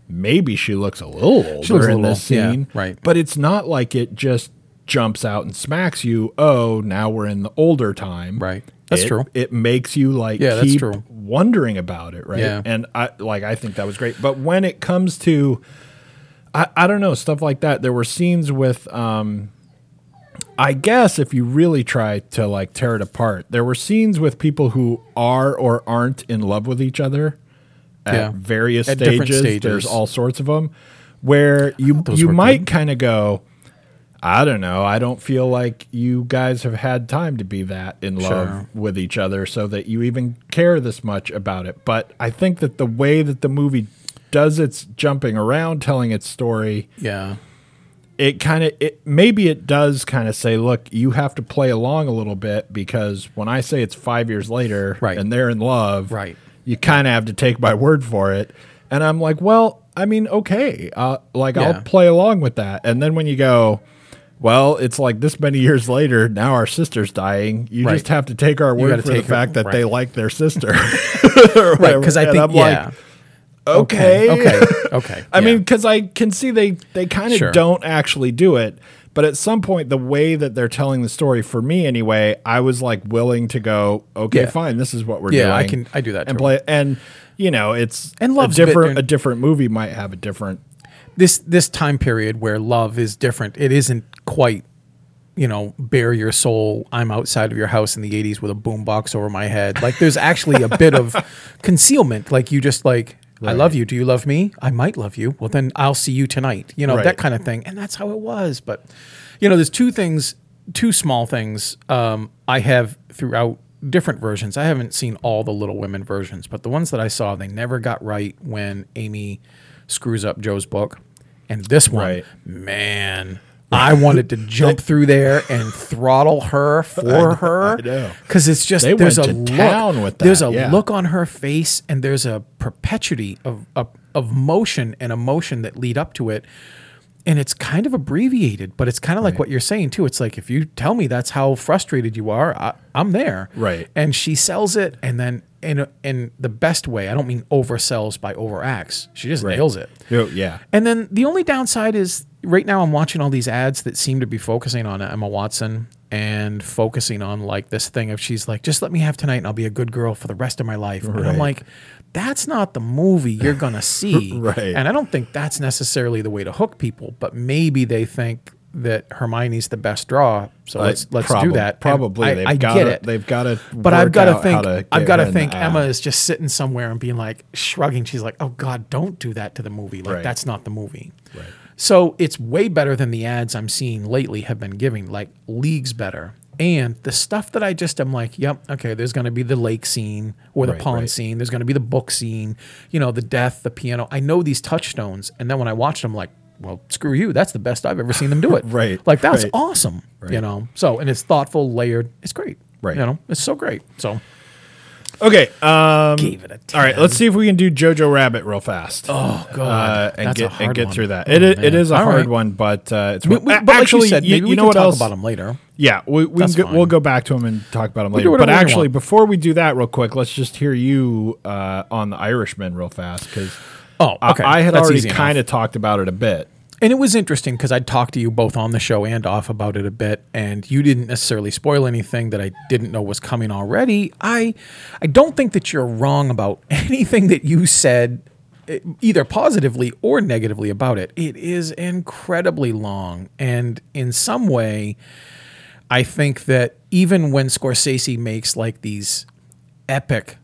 Speaker 1: maybe she looks a little older
Speaker 2: looks a
Speaker 1: in
Speaker 2: little-
Speaker 1: this
Speaker 2: yeah,
Speaker 1: scene
Speaker 2: right.
Speaker 1: but it's not like it just jumps out and smacks you oh now we're in the older time
Speaker 2: Right. That's
Speaker 1: It-
Speaker 2: true.
Speaker 1: it makes you like
Speaker 2: Yeah, that's
Speaker 1: keep
Speaker 2: true.
Speaker 1: wondering about it right
Speaker 2: Yeah.
Speaker 1: and i like i think that was great but when it comes to I, I don't know stuff like that. There were scenes with, um, I guess, if you really try to like tear it apart, there were scenes with people who are or aren't in love with each other at
Speaker 2: Yeah.
Speaker 1: various
Speaker 2: At different
Speaker 1: stages. There's
Speaker 2: stages.
Speaker 1: all sorts of them where you
Speaker 2: those
Speaker 1: you
Speaker 2: were
Speaker 1: might
Speaker 2: good.
Speaker 1: kind of go, I don't know. I don't feel like you guys have had time to be that in
Speaker 2: Sure.
Speaker 1: love with each other so that you even care this much about it. But I think that the way that the movie does its jumping around telling its story,
Speaker 2: Yeah.
Speaker 1: it kind of it maybe it does kind of say, look, you have to play along a little bit because when I say it's 5 years later
Speaker 2: Right.
Speaker 1: and they're in love,
Speaker 2: Right.
Speaker 1: you kind of have to take my word for it. And I'm like, well, I mean, okay, uh, like
Speaker 2: Yeah.
Speaker 1: I'll play along with that. And then when you go, well, it's like this many years later, now our sister's dying. You
Speaker 2: Right.
Speaker 1: just have to take our
Speaker 2: gotta
Speaker 1: word for the
Speaker 2: take her-
Speaker 1: fact that they
Speaker 2: right.
Speaker 1: like their sister.
Speaker 2: Right. Because I think.
Speaker 1: I'm
Speaker 2: yeah.
Speaker 1: like, okay,
Speaker 2: Okay. Okay.
Speaker 1: I
Speaker 2: yeah.
Speaker 1: mean, because I can see they they kind of
Speaker 2: Sure.
Speaker 1: don't actually do it, but at some point, the way that they're telling the story for me anyway, I was like willing to go, okay,
Speaker 2: Yeah.
Speaker 1: fine, this is what we're doing.
Speaker 2: Yeah, I can- I do that
Speaker 1: and
Speaker 2: too.
Speaker 1: play and you know it's
Speaker 2: And
Speaker 1: a
Speaker 2: love's a bit
Speaker 1: different
Speaker 2: different.
Speaker 1: a different movie might have a different
Speaker 2: this this time period where love is different. It isn't quite, you know, bare your soul. I'm outside of your house in the '80s with a boombox over my head. Like there's actually a bit of concealment. Like you just like. I love you. Do you love me? I might love you. Well, then I'll see you tonight. You know
Speaker 1: Right.
Speaker 2: that kind of thing, and that's how it was. But you know, there's two things, two small things. Um, I have throughout different versions. I haven't seen all the Little Women versions, but the ones that I saw, they never got right when Amy screws up Joe's book, and this one,
Speaker 1: Right.
Speaker 2: man. I wanted to jump through there and throttle her for her
Speaker 1: know.
Speaker 2: because it's just
Speaker 1: They
Speaker 2: there's
Speaker 1: went
Speaker 2: a
Speaker 1: to
Speaker 2: look,
Speaker 1: town with
Speaker 2: there's
Speaker 1: that,
Speaker 2: a
Speaker 1: yeah.
Speaker 2: look on her face and there's a perpetuity of, of of motion and emotion that lead up to it and it's kind of abbreviated but it's kind of like what you're saying too it's like if you tell me that's how frustrated you are I, i'm there
Speaker 1: Right.
Speaker 2: and she sells it and then in in the best way i don't mean oversells by overacts she just nails it
Speaker 1: Oh, yeah
Speaker 2: and then the only downside is right now I'm watching all these ads that seem to be focusing on Emma Watson and focusing on like this thing of she's like, just let me have tonight and I'll be a good girl for the rest of my life. And
Speaker 1: Right.
Speaker 2: I'm like, that's not the movie you're gonna see.
Speaker 1: Right.
Speaker 2: And I don't think that's necessarily the way to hook people, but maybe they think that Hermione's the best draw. So let's
Speaker 1: Like,
Speaker 2: let's do
Speaker 1: prob-
Speaker 2: that. And
Speaker 1: Probably
Speaker 2: I,
Speaker 1: they've
Speaker 2: I
Speaker 1: gotta,
Speaker 2: get it.
Speaker 1: They've got to.
Speaker 2: But I've got
Speaker 1: got
Speaker 2: to think. I've got to think.
Speaker 1: Emma.
Speaker 2: Emma is just sitting somewhere and being like shrugging. She's like, "Oh God, don't do that to the movie. Like
Speaker 1: Right.
Speaker 2: that's not the movie." Right. So it's way better than the ads I'm seeing lately have been giving. Like leagues better. And the stuff that I just am like, "Yep, okay." There's going to be the lake scene or the
Speaker 1: Right,
Speaker 2: pond
Speaker 1: right.
Speaker 2: scene. There's going to be the book scene. You know, the death, the piano. I know these touchstones. And then when I watched them, like, well, screw you. That's the best I've ever seen them do it.
Speaker 1: Right,
Speaker 2: Like that's
Speaker 1: right.
Speaker 2: awesome. You know. So and it's thoughtful, layered. It's great.
Speaker 1: Right.
Speaker 2: You know, it's so great. So
Speaker 1: Okay. Um,
Speaker 2: gave it a 10.
Speaker 1: all right. Let's see if we can do Jojo Rabbit real fast.
Speaker 2: Oh
Speaker 1: uh,
Speaker 2: god,
Speaker 1: and
Speaker 2: That's a
Speaker 1: get
Speaker 2: hard
Speaker 1: and get
Speaker 2: one. Oh,
Speaker 1: through that. It, i-
Speaker 2: man.
Speaker 1: it is a
Speaker 2: All
Speaker 1: hard
Speaker 2: right.
Speaker 1: one, but uh, it's
Speaker 2: We, we, but like you said, maybe we can talk about them later.
Speaker 1: Yeah, we, we can
Speaker 2: That's
Speaker 1: go, we'll
Speaker 2: fine.
Speaker 1: go back to them and talk about them
Speaker 2: do
Speaker 1: later. But
Speaker 2: whatever we
Speaker 1: actually,
Speaker 2: want.
Speaker 1: before we do that, real quick, let's just hear you uh, on the Irishman real fast because
Speaker 2: Oh, okay.
Speaker 1: I, had
Speaker 2: That's
Speaker 1: already
Speaker 2: easy enough.
Speaker 1: kind of talked about it a bit.
Speaker 2: And it was interesting because I talked to you both on the show and off about it a bit, and you didn't necessarily spoil anything that I didn't know was coming already. I, I don't think that you're wrong about anything that you said, eh, either positively or negatively about it. It is incredibly long, and in some way, I think that even when Scorsese makes like these epic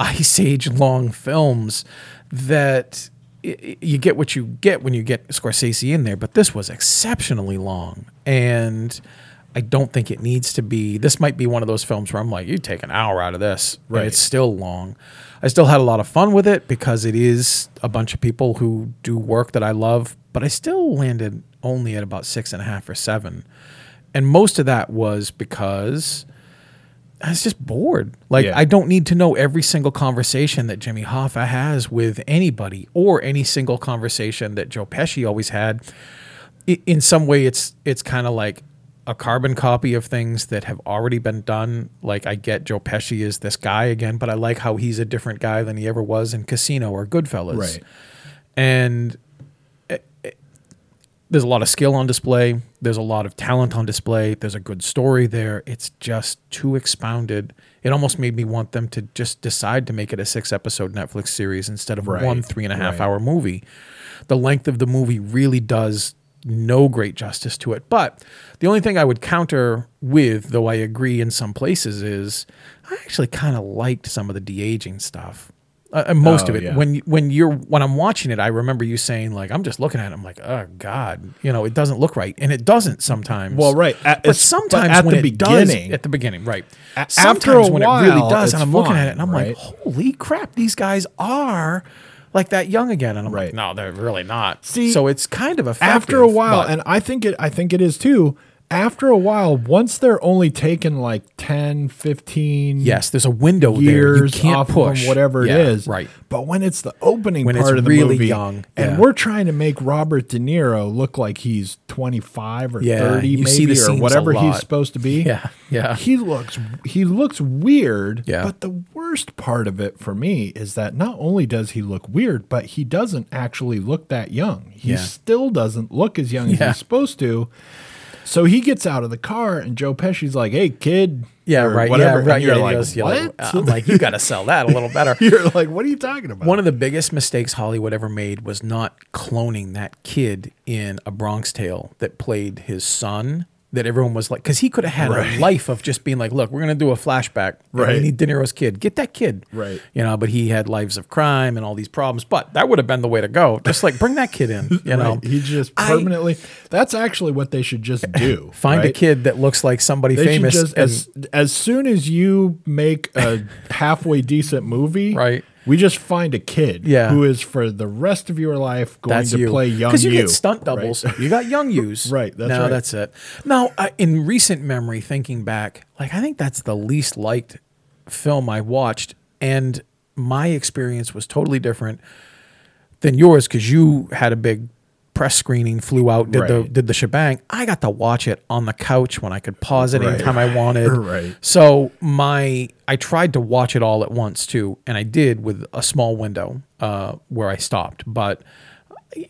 Speaker 2: ice age long films that i- i- you get what you get when you get Scorsese in there but this was exceptionally long and I don't think it needs to be this might be one of those films where I'm like you take an hour out of this and
Speaker 1: Right.
Speaker 2: it's still long I still had a lot of fun with it because it is a bunch of people who do work that I love but I still landed only at about six and a half or seven and most of that was because I was just bored. Like
Speaker 1: Yeah.
Speaker 2: I don't need to know every single conversation that Jimmy Hoffa has with anybody or any single conversation that Joe Pesci always had. I- In some way it's it's kind of like a carbon copy of things that have already been done. Like I get Joe Pesci is this guy again, but I like how he's a different guy than he ever was in Casino or Goodfellas
Speaker 1: Right.
Speaker 2: and eh, eh, there's a lot of skill on display. There's a lot of talent on display. There's a good story there. It's just too expounded. It almost made me want them to just decide to make it a six episode Netflix series instead of
Speaker 1: Right,
Speaker 2: one three and a half
Speaker 1: right.
Speaker 2: hour movie. The length of the movie really does no great justice to it. But the only thing I would counter with, though I agree in some places, is I actually kind of liked some of the de aging stuff. Uh, uh, most
Speaker 1: Oh,
Speaker 2: of it
Speaker 1: yeah.
Speaker 2: when when when you're when I'm watching it, I remember you saying like I'm just looking at it. I'm like, oh god, you know, it doesn't look right, and it doesn't sometimes.
Speaker 1: Well, right. At-
Speaker 2: but
Speaker 1: it's-
Speaker 2: sometimes
Speaker 1: but at
Speaker 2: when
Speaker 1: the
Speaker 2: it does-
Speaker 1: beginning-
Speaker 2: at the beginning, right?
Speaker 1: A- after
Speaker 2: sometimes
Speaker 1: a
Speaker 2: when it really
Speaker 1: while,
Speaker 2: does, and
Speaker 1: it's
Speaker 2: I'm looking at
Speaker 1: fine,
Speaker 2: it, and I'm
Speaker 1: right?
Speaker 2: like, holy crap, these guys are like that young again, and I'm
Speaker 1: Right.
Speaker 2: like, no, they're really not.
Speaker 1: See,
Speaker 2: so it's kind of effective
Speaker 1: after a while,
Speaker 2: but-
Speaker 1: and I think it I think it is too. After a while, once they're only taking like 10, 15
Speaker 2: yes, there's a window there. You
Speaker 1: years
Speaker 2: can't
Speaker 1: off of
Speaker 2: push
Speaker 1: them, whatever
Speaker 2: Yeah,
Speaker 1: it is.
Speaker 2: Right.
Speaker 1: But when it's the opening
Speaker 2: When it's
Speaker 1: part of the
Speaker 2: really
Speaker 1: movie,
Speaker 2: young, yeah.
Speaker 1: and we're trying to make Robert De Niro look like he's 25 or
Speaker 2: Yeah,
Speaker 1: 30
Speaker 2: you
Speaker 1: maybe
Speaker 2: see the
Speaker 1: or
Speaker 2: scenes a
Speaker 1: whatever he's
Speaker 2: lot.
Speaker 1: supposed to be.
Speaker 2: Yeah, yeah.
Speaker 1: He looks he looks weird,
Speaker 2: Yeah.
Speaker 1: but the worst part of it for me is that not only does he look weird, but he doesn't actually look that young. He
Speaker 2: Yeah.
Speaker 1: still doesn't look as young as
Speaker 2: Yeah.
Speaker 1: he's supposed to. So he gets out of the car and Joe Pesci's like, "Hey kid,
Speaker 2: Yeah,
Speaker 1: or
Speaker 2: right.
Speaker 1: Whatever.
Speaker 2: Yeah, right.
Speaker 1: And you're
Speaker 2: yeah, Uh,
Speaker 1: like,
Speaker 2: he does yell,
Speaker 1: "What?"
Speaker 2: I'm like, you got to sell that a little better.
Speaker 1: You're like, what are you talking about?
Speaker 2: One of the biggest mistakes Hollywood ever made was not cloning that kid in A Bronx Tale that played his son. That everyone was like, because he could have had
Speaker 1: Right.
Speaker 2: a life of just being like, look, we're gonna do a flashback. and
Speaker 1: Right.
Speaker 2: We need De Niro's kid. Get that kid.
Speaker 1: Right.
Speaker 2: You know, but he had lives of crime and all these problems. But that would have been the way to go. Just like bring that kid in. You know,
Speaker 1: Right. he just
Speaker 2: I-
Speaker 1: permanently. that's actually what they should just do.
Speaker 2: find a
Speaker 1: right?
Speaker 2: kid that looks like somebody
Speaker 1: They
Speaker 2: famous.
Speaker 1: should just
Speaker 2: and-
Speaker 1: as as soon as you make a halfway decent movie,
Speaker 2: Right.
Speaker 1: We just find a kid,
Speaker 2: Yeah.
Speaker 1: who is for the rest of your life going
Speaker 2: that's
Speaker 1: to
Speaker 2: you.
Speaker 1: play young
Speaker 2: because you,
Speaker 1: you.
Speaker 2: get stunt doubles. You got young yous.
Speaker 1: Right, that's
Speaker 2: now
Speaker 1: right.
Speaker 2: that's it. Now I, in recent memory, thinking back, like I think that's the least liked film I watched, and my experience was totally different than yours because you had a big press screening, flew out, did the
Speaker 1: Right.
Speaker 2: did the shebang. I got to watch it on the couch when I could pause it
Speaker 1: Right.
Speaker 2: anytime I wanted.
Speaker 1: Right.
Speaker 2: So my I tried to watch it all at once too, and I did with a small window uh, where I stopped, but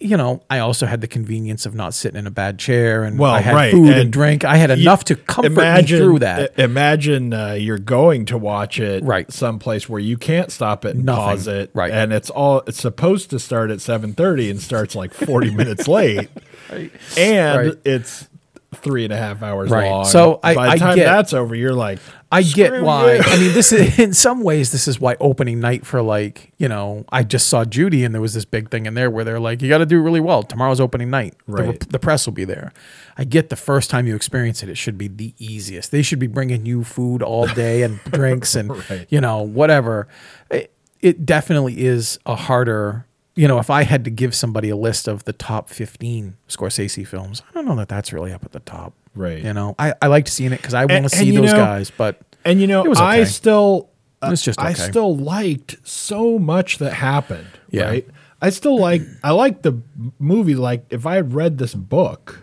Speaker 2: you know, I also had the convenience of not sitting in a bad chair, and
Speaker 1: Well,
Speaker 2: I had
Speaker 1: right,
Speaker 2: food and,
Speaker 1: and
Speaker 2: drink. I had enough to comfort me through that.
Speaker 1: i- Imagine uh, you're going to watch it
Speaker 2: Right.
Speaker 1: someplace where you can't stop it and
Speaker 2: Nothing.
Speaker 1: pause it.
Speaker 2: Right.
Speaker 1: And it's all it's supposed to start at seven thirty and starts like forty minutes late. And
Speaker 2: Right.
Speaker 1: it's three and a half hours
Speaker 2: Right.
Speaker 1: long.
Speaker 2: So I-
Speaker 1: by the
Speaker 2: I
Speaker 1: time
Speaker 2: get-
Speaker 1: that's over, you're like
Speaker 2: I get
Speaker 1: Screw
Speaker 2: why.
Speaker 1: you.
Speaker 2: I mean, this is in some ways this is why opening night for like you know I just saw Judy and there was this big thing in there where they're like you got to do really well tomorrow's opening night. The re- The,
Speaker 1: Right.
Speaker 2: press will be there. I get the first time you experience it, it should be the easiest. They should be bringing you food all day and drinks and
Speaker 1: Right.
Speaker 2: you know whatever. It, it definitely is a harder. You know, if I had to give somebody a list of the top 15 Scorsese films, I don't know that that's really up at the top.
Speaker 1: Right.
Speaker 2: You know, I, I liked seeing it because I want
Speaker 1: and
Speaker 2: to see
Speaker 1: you
Speaker 2: those
Speaker 1: know,
Speaker 2: guys, but
Speaker 1: and you know,
Speaker 2: It was
Speaker 1: I
Speaker 2: okay.
Speaker 1: still uh,
Speaker 2: It's just
Speaker 1: I
Speaker 2: okay.
Speaker 1: still liked so much that happened.
Speaker 2: Yeah.
Speaker 1: Right. I still like I like the m- movie like if I had read this book,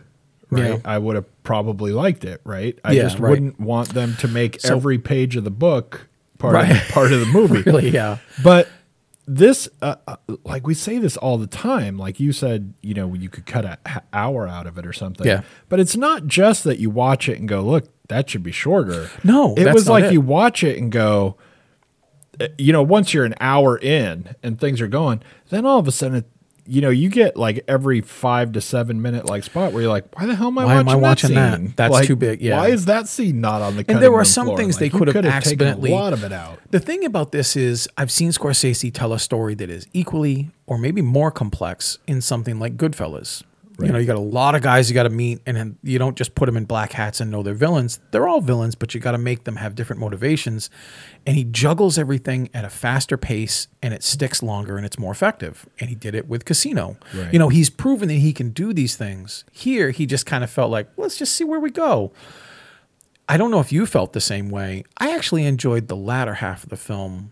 Speaker 1: right,
Speaker 2: Yeah.
Speaker 1: I would have probably liked it, right? I
Speaker 2: Yeah,
Speaker 1: just
Speaker 2: right.
Speaker 1: wouldn't want them to make
Speaker 2: So-
Speaker 1: every page of the book part
Speaker 2: Right.
Speaker 1: of, part of the movie.
Speaker 2: really, yeah,
Speaker 1: But this, uh, uh, like we say this all the time, like you said, you know, you could cut an hour out of it or something.
Speaker 2: Yeah.
Speaker 1: But it's not just that you watch it and go, look, that should be shorter.
Speaker 2: No,
Speaker 1: it
Speaker 2: that's
Speaker 1: was
Speaker 2: not
Speaker 1: like
Speaker 2: it.
Speaker 1: you watch it and go, uh, you know, once you're an hour in and things are going, then all of a sudden, it, you know, you get like every five to seven minute like spot where you're like, why the hell am I
Speaker 2: Why am I
Speaker 1: watching,
Speaker 2: watching that?
Speaker 1: scene?
Speaker 2: That's
Speaker 1: Like,
Speaker 2: too big, yeah.
Speaker 1: Why is that scene not on the? Cutting
Speaker 2: there were
Speaker 1: room
Speaker 2: some
Speaker 1: floor?
Speaker 2: things they
Speaker 1: Like, you
Speaker 2: could have
Speaker 1: could've taken
Speaker 2: accidentally-
Speaker 1: a lot of it out.
Speaker 2: The thing about this is, I've seen Scorsese tell a story that is equally or maybe more complex in something like Goodfellas. You know, you got a lot of guys you got to meet, and then you don't just put them in black hats and know they're villains. They're all villains, but you got to make them have different motivations. And he juggles everything at a faster pace, and it sticks longer and it's more effective. And he did it with Casino.
Speaker 1: Right.
Speaker 2: You know, he's proven that he can do these things. Here, he just kind of felt like, let's just see where we go. I don't know if you felt the same way. I actually enjoyed the latter half of the film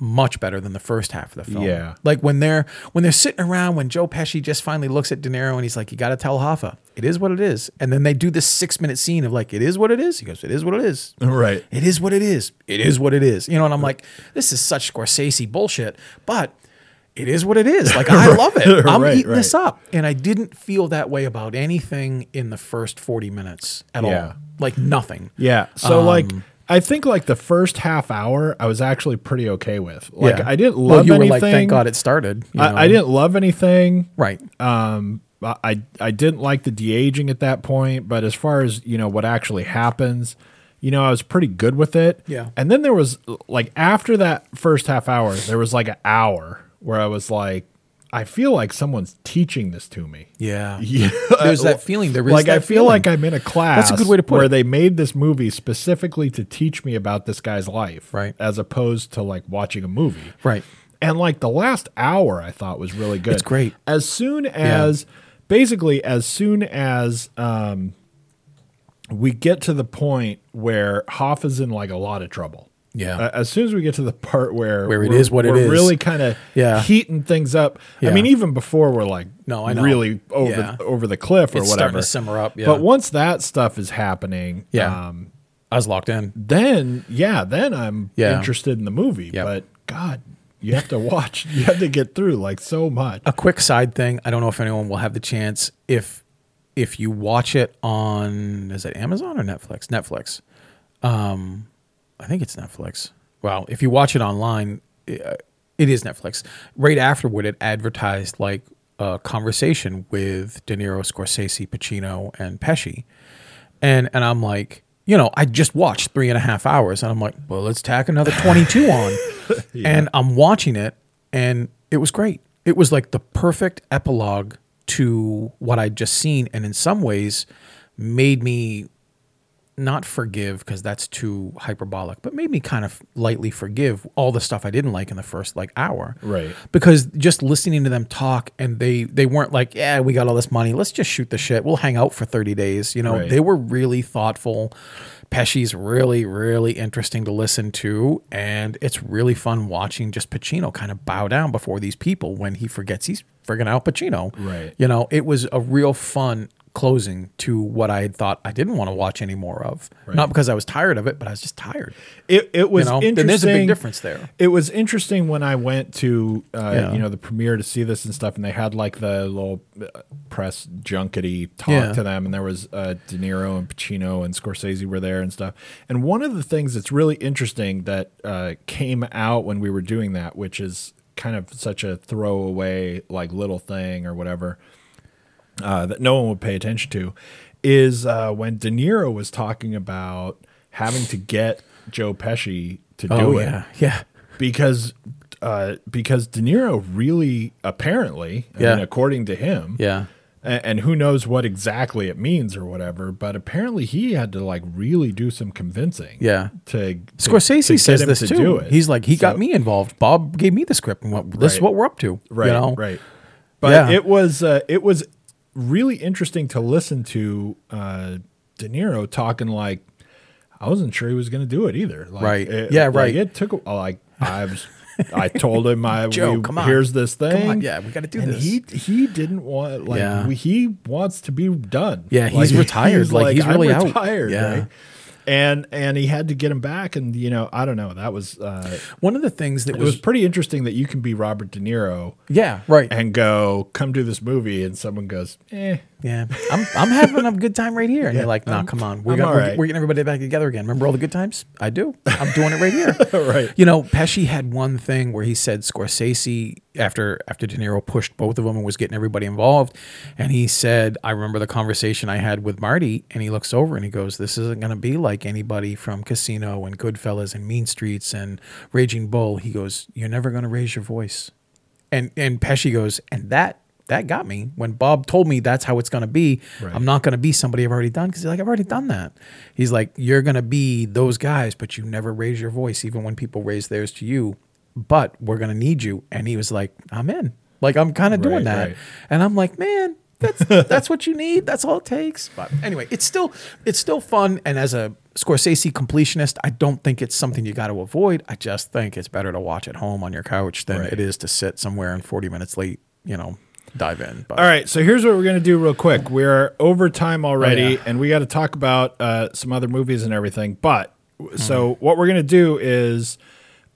Speaker 2: much better than the first half of the film.
Speaker 1: Yeah.
Speaker 2: Like when they're when they're sitting around when Joe Pesci just finally looks at De Niro and he's like, You gotta tell Hoffa, it is what it is. And then they do this six minute scene of like, it is what it is. He goes, It is what it is.
Speaker 1: Right.
Speaker 2: It is what it is. It is what it is. You know, and I'm like, this is such Scorsese bullshit, but it is what it is. Like I love it. I'm
Speaker 1: Right,
Speaker 2: eating this
Speaker 1: right.
Speaker 2: up. And I didn't feel that way about anything in the first 40 minutes at
Speaker 1: Yeah.
Speaker 2: all. Like nothing.
Speaker 1: Yeah. So
Speaker 2: Um,
Speaker 1: like I think like the first half hour I was actually pretty okay with. Like
Speaker 2: Yeah.
Speaker 1: I didn't love
Speaker 2: Well, you
Speaker 1: anything.
Speaker 2: were like, thank God it started. you know?
Speaker 1: I, I didn't love anything.
Speaker 2: Right.
Speaker 1: Um I I- I didn't like the de-aging at that point, but as far as, you know, what actually happens, you know, I was pretty good with it.
Speaker 2: Yeah.
Speaker 1: And then there was like after that first half hour, there was like an hour where I was like I feel like someone's teaching this to me.
Speaker 2: Yeah.
Speaker 1: Yeah. uh,
Speaker 2: There's that feeling. There is
Speaker 1: like I
Speaker 2: that
Speaker 1: feel
Speaker 2: feeling.
Speaker 1: like I'm in a class.
Speaker 2: good way to put
Speaker 1: where
Speaker 2: it.
Speaker 1: they made this movie specifically to teach me about this guy's life,
Speaker 2: Right.
Speaker 1: As opposed to like watching a movie,
Speaker 2: Right.
Speaker 1: And like the last hour, I thought was really good.
Speaker 2: It's great.
Speaker 1: As soon as, basically, as soon as um, we get to the point where Hoff is in like a lot of trouble.
Speaker 2: Yeah.
Speaker 1: Uh, as soon as we get to the part where
Speaker 2: Where it
Speaker 1: we're-
Speaker 2: is what it
Speaker 1: we're
Speaker 2: is.
Speaker 1: really kind of
Speaker 2: Yeah.
Speaker 1: heating things up. I
Speaker 2: Yeah.
Speaker 1: mean, even before we're like
Speaker 2: No, I know.
Speaker 1: really over
Speaker 2: Yeah.
Speaker 1: over the cliff or
Speaker 2: It's
Speaker 1: whatever.
Speaker 2: starting to simmer up, yeah.
Speaker 1: But once that stuff is happening,
Speaker 2: Yeah.
Speaker 1: um,
Speaker 2: I was locked in.
Speaker 1: then yeah, then I'm
Speaker 2: Yeah.
Speaker 1: interested in the movie.
Speaker 2: Yep.
Speaker 1: But God, you have to watch. you have to get through like so much.
Speaker 2: A quick side thing. I don't know if anyone will have the chance. If if you watch it on is it Amazon or Netflix? Netflix. Um, I think it's Netflix. Well, if you watch it online, uh, it is Netflix. Right afterward, it advertised like a conversation with De Niro, Scorsese, Pacino, and Pesci. and and I'm like, you know, I just watched three and a half hours, and I'm like, well, let's tack another 22 on, and I'm watching it, and it was great. It was like the perfect epilogue to what I'd just seen, and in some ways, made me not forgive because that's too hyperbolic, but made me kind of lightly forgive all the stuff I didn't like in the first like hour.
Speaker 1: Right.
Speaker 2: Because just listening to them talk and they they weren't like, yeah, we got all this money, let's just shoot the shit. We'll hang out for 30 days. You know,
Speaker 1: Right.
Speaker 2: they were really thoughtful. Pesci's really, really interesting to listen to. And it's really fun watching just Pacino kind of bow down before these people when he forgets he's friggin' out Pacino.
Speaker 1: Right.
Speaker 2: You know, it was a real fun closing to what I had thought I didn't want to watch any more of. Not because I was tired of it, but I was just tired.
Speaker 1: It it was
Speaker 2: You know,
Speaker 1: interesting.
Speaker 2: and there's a big difference there.
Speaker 1: It was interesting when I went to uh,
Speaker 2: Yeah.
Speaker 1: you know the premiere to see this and stuff, and they had like the little uh, press junkety talk
Speaker 2: Yeah.
Speaker 1: to them, and there was uh, De Niro and Pacino and Scorsese were there and stuff. And one of the things that's really interesting that uh, came out when we were doing that, which is kind of such a throwaway like little thing or whatever uh, that no one would pay attention to is uh, when De Niro was talking about having to get Joe Pesci to do it
Speaker 2: Oh, yeah, yeah.
Speaker 1: because uh, because De Niro really apparently, I
Speaker 2: Yeah.
Speaker 1: mean, according to him,
Speaker 2: Yeah.
Speaker 1: a- and, who knows what exactly it means or whatever, but apparently he had to like really do some convincing.
Speaker 2: Yeah.
Speaker 1: to, to
Speaker 2: Scorsese
Speaker 1: to get
Speaker 2: says
Speaker 1: him
Speaker 2: this
Speaker 1: to
Speaker 2: too.
Speaker 1: do it.
Speaker 2: He's like, he got
Speaker 1: So-
Speaker 2: me involved. Bob gave me the script, and what, this is
Speaker 1: Right.
Speaker 2: what we're up to.
Speaker 1: right,
Speaker 2: you know?
Speaker 1: right. But
Speaker 2: Yeah.
Speaker 1: it was uh, it was really interesting to listen to uh, De Niro talking like I wasn't sure he was going to do it either. Like,
Speaker 2: Right.
Speaker 1: it-
Speaker 2: Yeah,
Speaker 1: like,
Speaker 2: right.
Speaker 1: It took a- like I was. I told him I
Speaker 2: Joe,
Speaker 1: we-
Speaker 2: come on.
Speaker 1: here's this
Speaker 2: Come
Speaker 1: thing.
Speaker 2: on, yeah, we gotta do
Speaker 1: and
Speaker 2: this.
Speaker 1: He he didn't want like
Speaker 2: Yeah.
Speaker 1: we- he wants to be done.
Speaker 2: Yeah, he's retired, like, he's
Speaker 1: "I'm
Speaker 2: really out."
Speaker 1: retired.
Speaker 2: Yeah.
Speaker 1: right? And and he had to get him back, and you know I don't know that was uh,
Speaker 2: One of the things that
Speaker 1: it was
Speaker 2: was,
Speaker 1: pretty interesting that you can be Robert De Niro
Speaker 2: yeah, right.
Speaker 1: and go, come do this movie, and someone goes, eh,
Speaker 2: Yeah, I'm I'm having a good time right here, and you're like, nah, come on, we're
Speaker 1: I'm
Speaker 2: gonna,
Speaker 1: all
Speaker 2: we're,
Speaker 1: right."
Speaker 2: we're getting everybody back together again. Remember all the good times? I do. I'm doing it right here.
Speaker 1: Right.
Speaker 2: You know, Pesci had one thing where he said Scorsese after after De Niro pushed both of them and was getting everybody involved, and he said, I remember the conversation I had with Marty, and he looks over and he goes, This isn't gonna be like anybody from Casino and Goodfellas and Mean Streets and Raging Bull. He goes, You're never gonna raise your voice and and Pesci goes, and that that got me when Bob told me that's how it's going to be.
Speaker 1: Right.
Speaker 2: I'm not going to be somebody I've already done because he's like I've already done that. He's like you're going to be those guys, but you never raise your voice even when people raise theirs to you. But we're going to need you, and he was like, I'm in. Like I'm kind of doing
Speaker 1: Right,
Speaker 2: that,
Speaker 1: right.
Speaker 2: and I'm like, man. That's that's what you need. That's all it takes. But anyway, it's still it's still fun. And as a Scorsese completionist, I don't think it's something you got to avoid. I just think it's better to watch at home on your couch than
Speaker 1: Right.
Speaker 2: it is to sit somewhere and 40 minutes late, you know, dive in. But
Speaker 1: All right, so here's what we're gonna do real quick. We're over time already,
Speaker 2: Oh, yeah.
Speaker 1: and we got to talk about uh, some other movies and everything. But so
Speaker 2: Mm-hmm.
Speaker 1: what we're gonna do is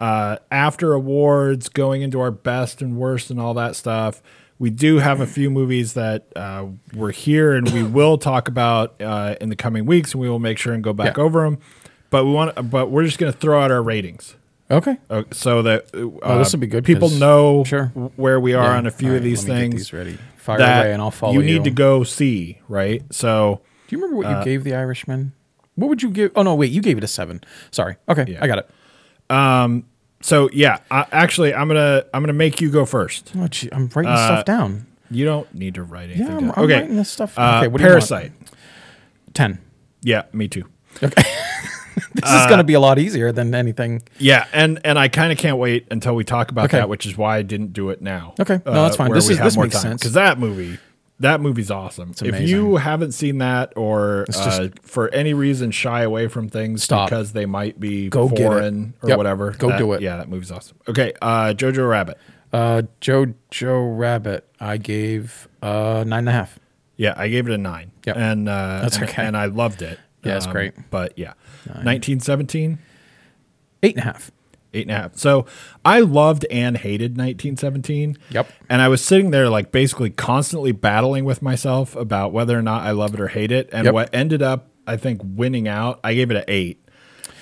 Speaker 1: uh, after awards, going into our best and worst and all that stuff. We do have a few movies that uh, were here, and we will talk about uh, in the coming weeks, and we will make sure and go back
Speaker 2: Yeah.
Speaker 1: over 'em. over them. But we want, but we're just gonna throw out our ratings.
Speaker 2: okay.
Speaker 1: Uh, so that uh,
Speaker 2: this'll Oh, be good
Speaker 1: People
Speaker 2: 'cause-
Speaker 1: know
Speaker 2: Sure.
Speaker 1: w- where we are
Speaker 2: Yeah.
Speaker 1: on a few
Speaker 2: All
Speaker 1: of
Speaker 2: right,
Speaker 1: these
Speaker 2: let me get
Speaker 1: things.
Speaker 2: these ready. Fire
Speaker 1: that
Speaker 2: away and I'll follow
Speaker 1: you.
Speaker 2: you.
Speaker 1: need to go uh, see, right? So
Speaker 2: Do you remember what you gave the Irishman? What would you give? Oh no, wait, you gave it a 7. Sorry. Okay,
Speaker 1: Yeah.
Speaker 2: I got it.
Speaker 1: so yeah, I, actually I'm going to I'm going to make you go first.
Speaker 2: Oh, gee, I'm writing
Speaker 1: Uh,
Speaker 2: stuff down.
Speaker 1: You don't need to write anything
Speaker 2: Yeah, I'm,
Speaker 1: down.
Speaker 2: I'm
Speaker 1: okay.
Speaker 2: writing this stuff.
Speaker 1: Uh,
Speaker 2: okay, what
Speaker 1: Parasite.
Speaker 2: do you want? 10.
Speaker 1: Yeah, me too.
Speaker 2: This is
Speaker 1: Uh,
Speaker 2: going to be a lot easier than anything.
Speaker 1: Yeah, and and I kind of can't wait until we talk about
Speaker 2: Okay.
Speaker 1: that, which is why I didn't do it now. Uh,
Speaker 2: Okay. No, that's fine.
Speaker 1: where
Speaker 2: This
Speaker 1: we
Speaker 2: is-
Speaker 1: have
Speaker 2: this
Speaker 1: more
Speaker 2: makes
Speaker 1: time.
Speaker 2: sense.
Speaker 1: Cuz that movie that movie's awesome. If
Speaker 2: amazing.
Speaker 1: you haven't seen that or
Speaker 2: just-
Speaker 1: uh, for any reason shy away from things
Speaker 2: Stop.
Speaker 1: because they might be
Speaker 2: Go get it.
Speaker 1: foreign or
Speaker 2: Yep.
Speaker 1: whatever,
Speaker 2: Go
Speaker 1: that-
Speaker 2: do it.
Speaker 1: Yeah, that movie's awesome. Okay, uh Jojo Rabbit.
Speaker 2: Uh, Jojo Rabbit, I gave uh nine and a half.
Speaker 1: Yeah, I gave it a 9.
Speaker 2: Yep.
Speaker 1: And uh
Speaker 2: That's
Speaker 1: and,
Speaker 2: okay.
Speaker 1: and I loved it. Um,
Speaker 2: Yeah, it's great.
Speaker 1: But yeah. 1917
Speaker 2: Eight and a half.
Speaker 1: eight and a half. So I loved and hated 1917.
Speaker 2: Yep.
Speaker 1: And I was sitting there like basically constantly battling with myself about whether or not I love it or hate it. And
Speaker 2: Yep.
Speaker 1: what ended up, I think, winning out, I gave it an eight.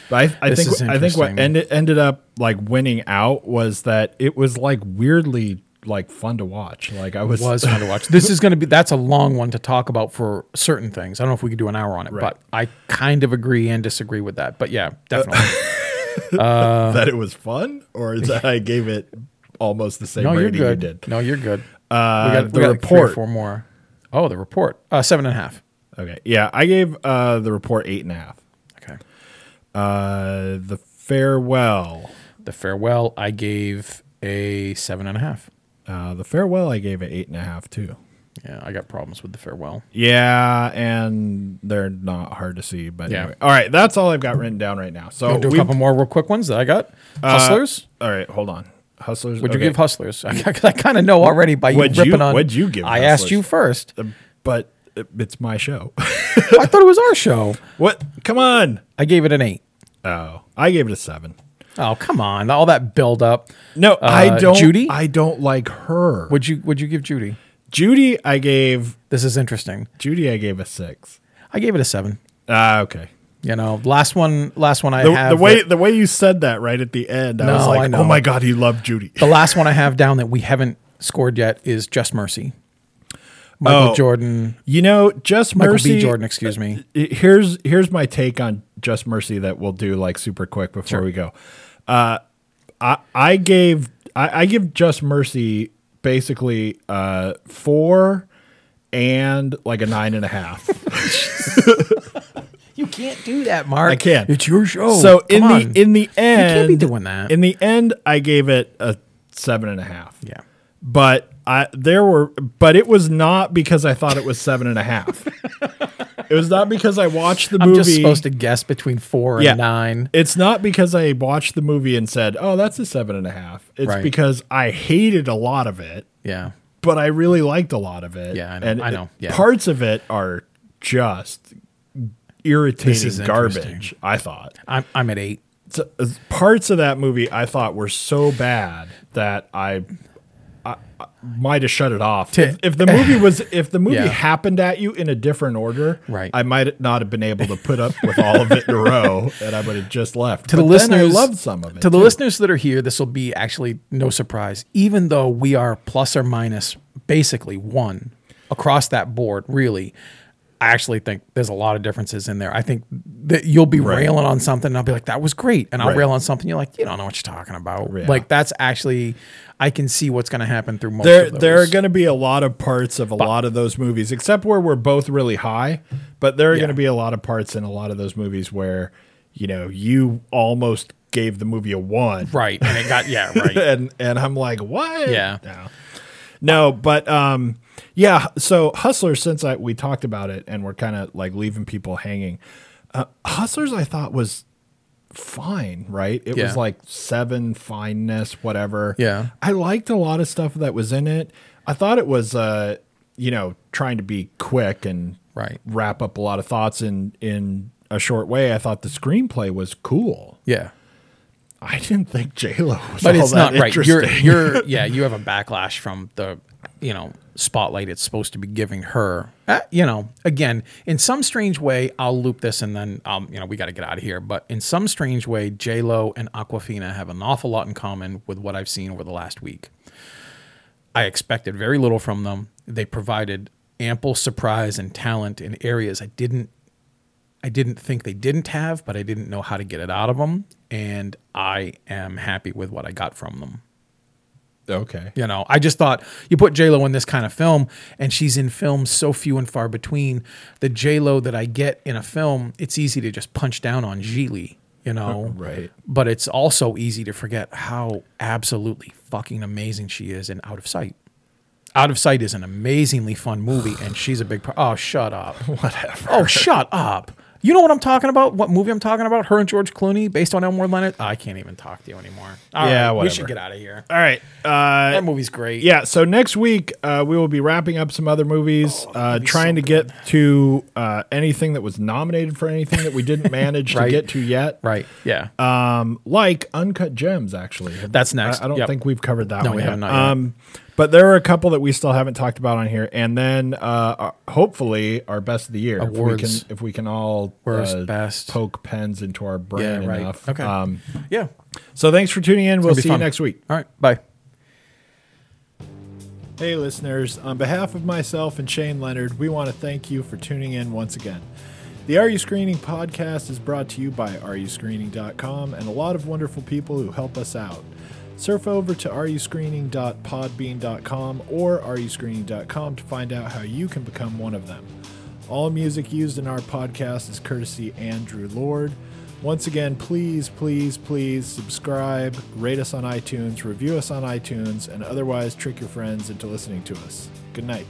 Speaker 1: But I, I
Speaker 2: This
Speaker 1: think
Speaker 2: is
Speaker 1: I think what
Speaker 2: interesting.
Speaker 1: ended ended up like winning out was that it was like weirdly like fun to watch. Like I was,
Speaker 2: was fun to watch. This is going to be that's a long one to talk about for certain things. I don't know if we could do an hour on it, but I kind of agree and disagree with that. But yeah, definitely.
Speaker 1: that it was fun, or that I gave it almost the same
Speaker 2: no, you're
Speaker 1: rating you
Speaker 2: good.
Speaker 1: did.
Speaker 2: No, you're good.
Speaker 1: Uh,
Speaker 2: we got
Speaker 1: the
Speaker 2: we got like three or
Speaker 1: report.
Speaker 2: four more. Oh, the report. Uh, seven and a half.
Speaker 1: Okay, yeah, I gave uh, the report eight and a half.
Speaker 2: Okay.
Speaker 1: Uh, the farewell.
Speaker 2: The farewell. I gave a seven and a half.
Speaker 1: Uh, the farewell I gave it eight and a half too.
Speaker 2: Yeah, I got problems with the farewell.
Speaker 1: Yeah, and they're not hard to see. But
Speaker 2: Yeah.
Speaker 1: anyway, all right, that's all I've got written down right now. So
Speaker 2: I'll do a
Speaker 1: Oh, we-
Speaker 2: couple more real quick ones that I got. Hustlers.
Speaker 1: All right, hold on. Hustlers.
Speaker 2: Would
Speaker 1: okay.
Speaker 2: you give Hustlers? I, kind of know already by you
Speaker 1: What'd you-
Speaker 2: ripping on.
Speaker 1: what'd you give
Speaker 2: I asked
Speaker 1: Hustlers?
Speaker 2: you first.
Speaker 1: Uh, But it's my show.
Speaker 2: I thought it was our show.
Speaker 1: what? Come on.
Speaker 2: I gave it an eight.
Speaker 1: Oh, I gave it a seven.
Speaker 2: Oh come on! All that build up.
Speaker 1: No, I
Speaker 2: Uh,
Speaker 1: don't.
Speaker 2: Judy?
Speaker 1: I don't like her.
Speaker 2: Would you Would you give Judy?
Speaker 1: Judy, I gave
Speaker 2: This is interesting.
Speaker 1: Judy, I gave a six.
Speaker 2: I gave it a seven.
Speaker 1: Ah, okay.
Speaker 2: You know, last one, last one I
Speaker 1: The,
Speaker 2: have.
Speaker 1: the way
Speaker 2: that-
Speaker 1: the way you said that right at the end, I
Speaker 2: No,
Speaker 1: was like,
Speaker 2: I know.
Speaker 1: oh my god, he loved Judy.
Speaker 2: the last one I have down that we haven't scored yet is Just Mercy. Michael
Speaker 1: Oh.
Speaker 2: Jordan,
Speaker 1: You know, just
Speaker 2: Michael
Speaker 1: mercy. uh,
Speaker 2: B. Jordan, excuse me.
Speaker 1: Here's here's my take on just mercy that we'll do like super quick before we go. Uh, I I gave I, I give just mercy basically uh four and like a nine and a half.
Speaker 2: You can't do that, Mark.
Speaker 1: I can.
Speaker 2: It's your show.
Speaker 1: so
Speaker 2: Oh, Come
Speaker 1: in the
Speaker 2: on.
Speaker 1: in the end,
Speaker 2: be doing that.
Speaker 1: In the end, I gave it a seven and a half.
Speaker 2: yeah,
Speaker 1: but I there were but it was not because I thought it was seven and a half. it was not because I watched the
Speaker 2: I'm
Speaker 1: movie.
Speaker 2: just supposed to guess between four and nine.
Speaker 1: It's not because I watched the movie and said, "Oh, that's a seven and a half." It's
Speaker 2: Right.
Speaker 1: because I hated a lot of it,
Speaker 2: Yeah,
Speaker 1: but I really liked a lot of it.
Speaker 2: Yeah, I know-
Speaker 1: and
Speaker 2: I
Speaker 1: it-
Speaker 2: know, yeah.
Speaker 1: parts of it are just
Speaker 2: is
Speaker 1: irritating garbage.
Speaker 2: interesting.
Speaker 1: I thought
Speaker 2: I'm I'm at eight.
Speaker 1: so, uh, parts of that movie I thought were so bad that I, I- I might have shut it off.
Speaker 2: To-
Speaker 1: if, if the movie was if the movie
Speaker 2: Yeah.
Speaker 1: happened at you in a different order,
Speaker 2: Right.
Speaker 1: I might not have been able to put up with all of it in a row, and I would have just left.
Speaker 2: To the
Speaker 1: I
Speaker 2: listeners,
Speaker 1: loved some of it.
Speaker 2: To the
Speaker 1: too.
Speaker 2: listeners that are here, this will be actually no surprise. Even though we are plus or minus basically one across that board, really, I actually think there's a lot of differences in there. I think that you'll be railing on something, and I'll be like, "That was great," and I'll
Speaker 1: Right.
Speaker 2: rail on something. You're like, "You don't know what you're talking about."
Speaker 1: Yeah.
Speaker 2: Like that's actually, I can see what's going to happen through most.
Speaker 1: There,
Speaker 2: of
Speaker 1: there are
Speaker 2: those.
Speaker 1: going to be a lot of parts of a lot of those movies, except where we're both really high. But there are going to be a lot of parts in a lot of those movies where, you know, you almost gave the movie a one,
Speaker 2: right, and it got yeah right.
Speaker 1: and and I'm like, what?
Speaker 2: Yeah.
Speaker 1: No, no but um, yeah. So Hustlers, since I we talked about it and we're kind of like leaving people hanging, uh, Hustlers, I thought was fine, right? It
Speaker 2: Yeah.
Speaker 1: was like seven fineness, whatever.
Speaker 2: Yeah.
Speaker 1: I liked a lot of stuff that was in it. I thought it was, uh, you know, trying to be quick and
Speaker 2: Right.
Speaker 1: wrap up a lot of thoughts in in a short way. I thought the screenplay was cool.
Speaker 2: yeah.
Speaker 1: I didn't think J Lo was
Speaker 2: but
Speaker 1: all
Speaker 2: it's
Speaker 1: that
Speaker 2: not right. You're,
Speaker 1: interesting.
Speaker 2: you're, yeah, you have a backlash from the, you know, spotlight it's supposed to be giving her. Uh, you know, again, in some strange way, I'll loop this and then, um, you know, we got to get out of here. But in some strange way, J Lo and Aquafina have an awful lot in common with what I've seen over the last week. I expected very little from them. They provided ample surprise and talent in areas I didn't I didn't think they didn't have, but I didn't know how to get it out of them, and I am happy with what I got from them.
Speaker 1: okay.
Speaker 2: You know, I just thought you put J Lo in this kind of film, and she's in films so few and far between. The J Lo that I get in a film, it's easy to just punch down on Gigli, you know,
Speaker 1: Right.
Speaker 2: But it's also easy to forget how absolutely fucking amazing she is in Out of Sight. Out of Sight is an amazingly fun movie, and she's a big. Pro- oh, shut up.
Speaker 1: Whatever.
Speaker 2: Oh, shut up. You know what I'm talking about? What movie I'm talking about? Her and George Clooney, based on Elmore Leonard. I can't even talk to you anymore. All
Speaker 1: Yeah,
Speaker 2: right, we should
Speaker 1: whatever.
Speaker 2: get out of here.
Speaker 1: All right. Uh,
Speaker 2: That movie's great.
Speaker 1: yeah. So next week uh, we will be wrapping up some other
Speaker 2: Oh,
Speaker 1: movies, uh, trying to get to uh, anything that was nominated for anything that we didn't manage to
Speaker 2: Right.
Speaker 1: get to yet.
Speaker 2: Right. Yeah.
Speaker 1: Um, like Uncut Gems, actually.
Speaker 2: That's next.
Speaker 1: I, I don't
Speaker 2: Yep.
Speaker 1: think we've covered that
Speaker 2: No,
Speaker 1: one
Speaker 2: we
Speaker 1: yet.
Speaker 2: have not yet.
Speaker 1: Um, but there are a couple that we still haven't talked about on here, and then uh, uh, hopefully our best of the year If we
Speaker 2: Awards.
Speaker 1: can, if we can all
Speaker 2: Worst,
Speaker 1: uh,
Speaker 2: best.
Speaker 1: poke pens into our brain
Speaker 2: Yeah, right.
Speaker 1: enough.
Speaker 2: Okay.
Speaker 1: Um,
Speaker 2: yeah.
Speaker 1: so thanks for tuning in. We'll
Speaker 2: be
Speaker 1: see you
Speaker 2: fun.
Speaker 1: next week.
Speaker 2: All right. Bye.
Speaker 1: Hey, listeners. On behalf of myself and Shane Leonard, we want to thank you for tuning in once again. The Are You Screening podcast is brought to you by areyouscreening.com and a lot of wonderful people who help us out. Surf over to areyouscreening.podbean.com or areyouscreening.com to find out how you can become one of them. All music used in our podcast is courtesy Andrew Lord. Once again, please, please, please subscribe, rate us on iTunes, review us on iTunes, and otherwise trick your friends into listening to us. Good night.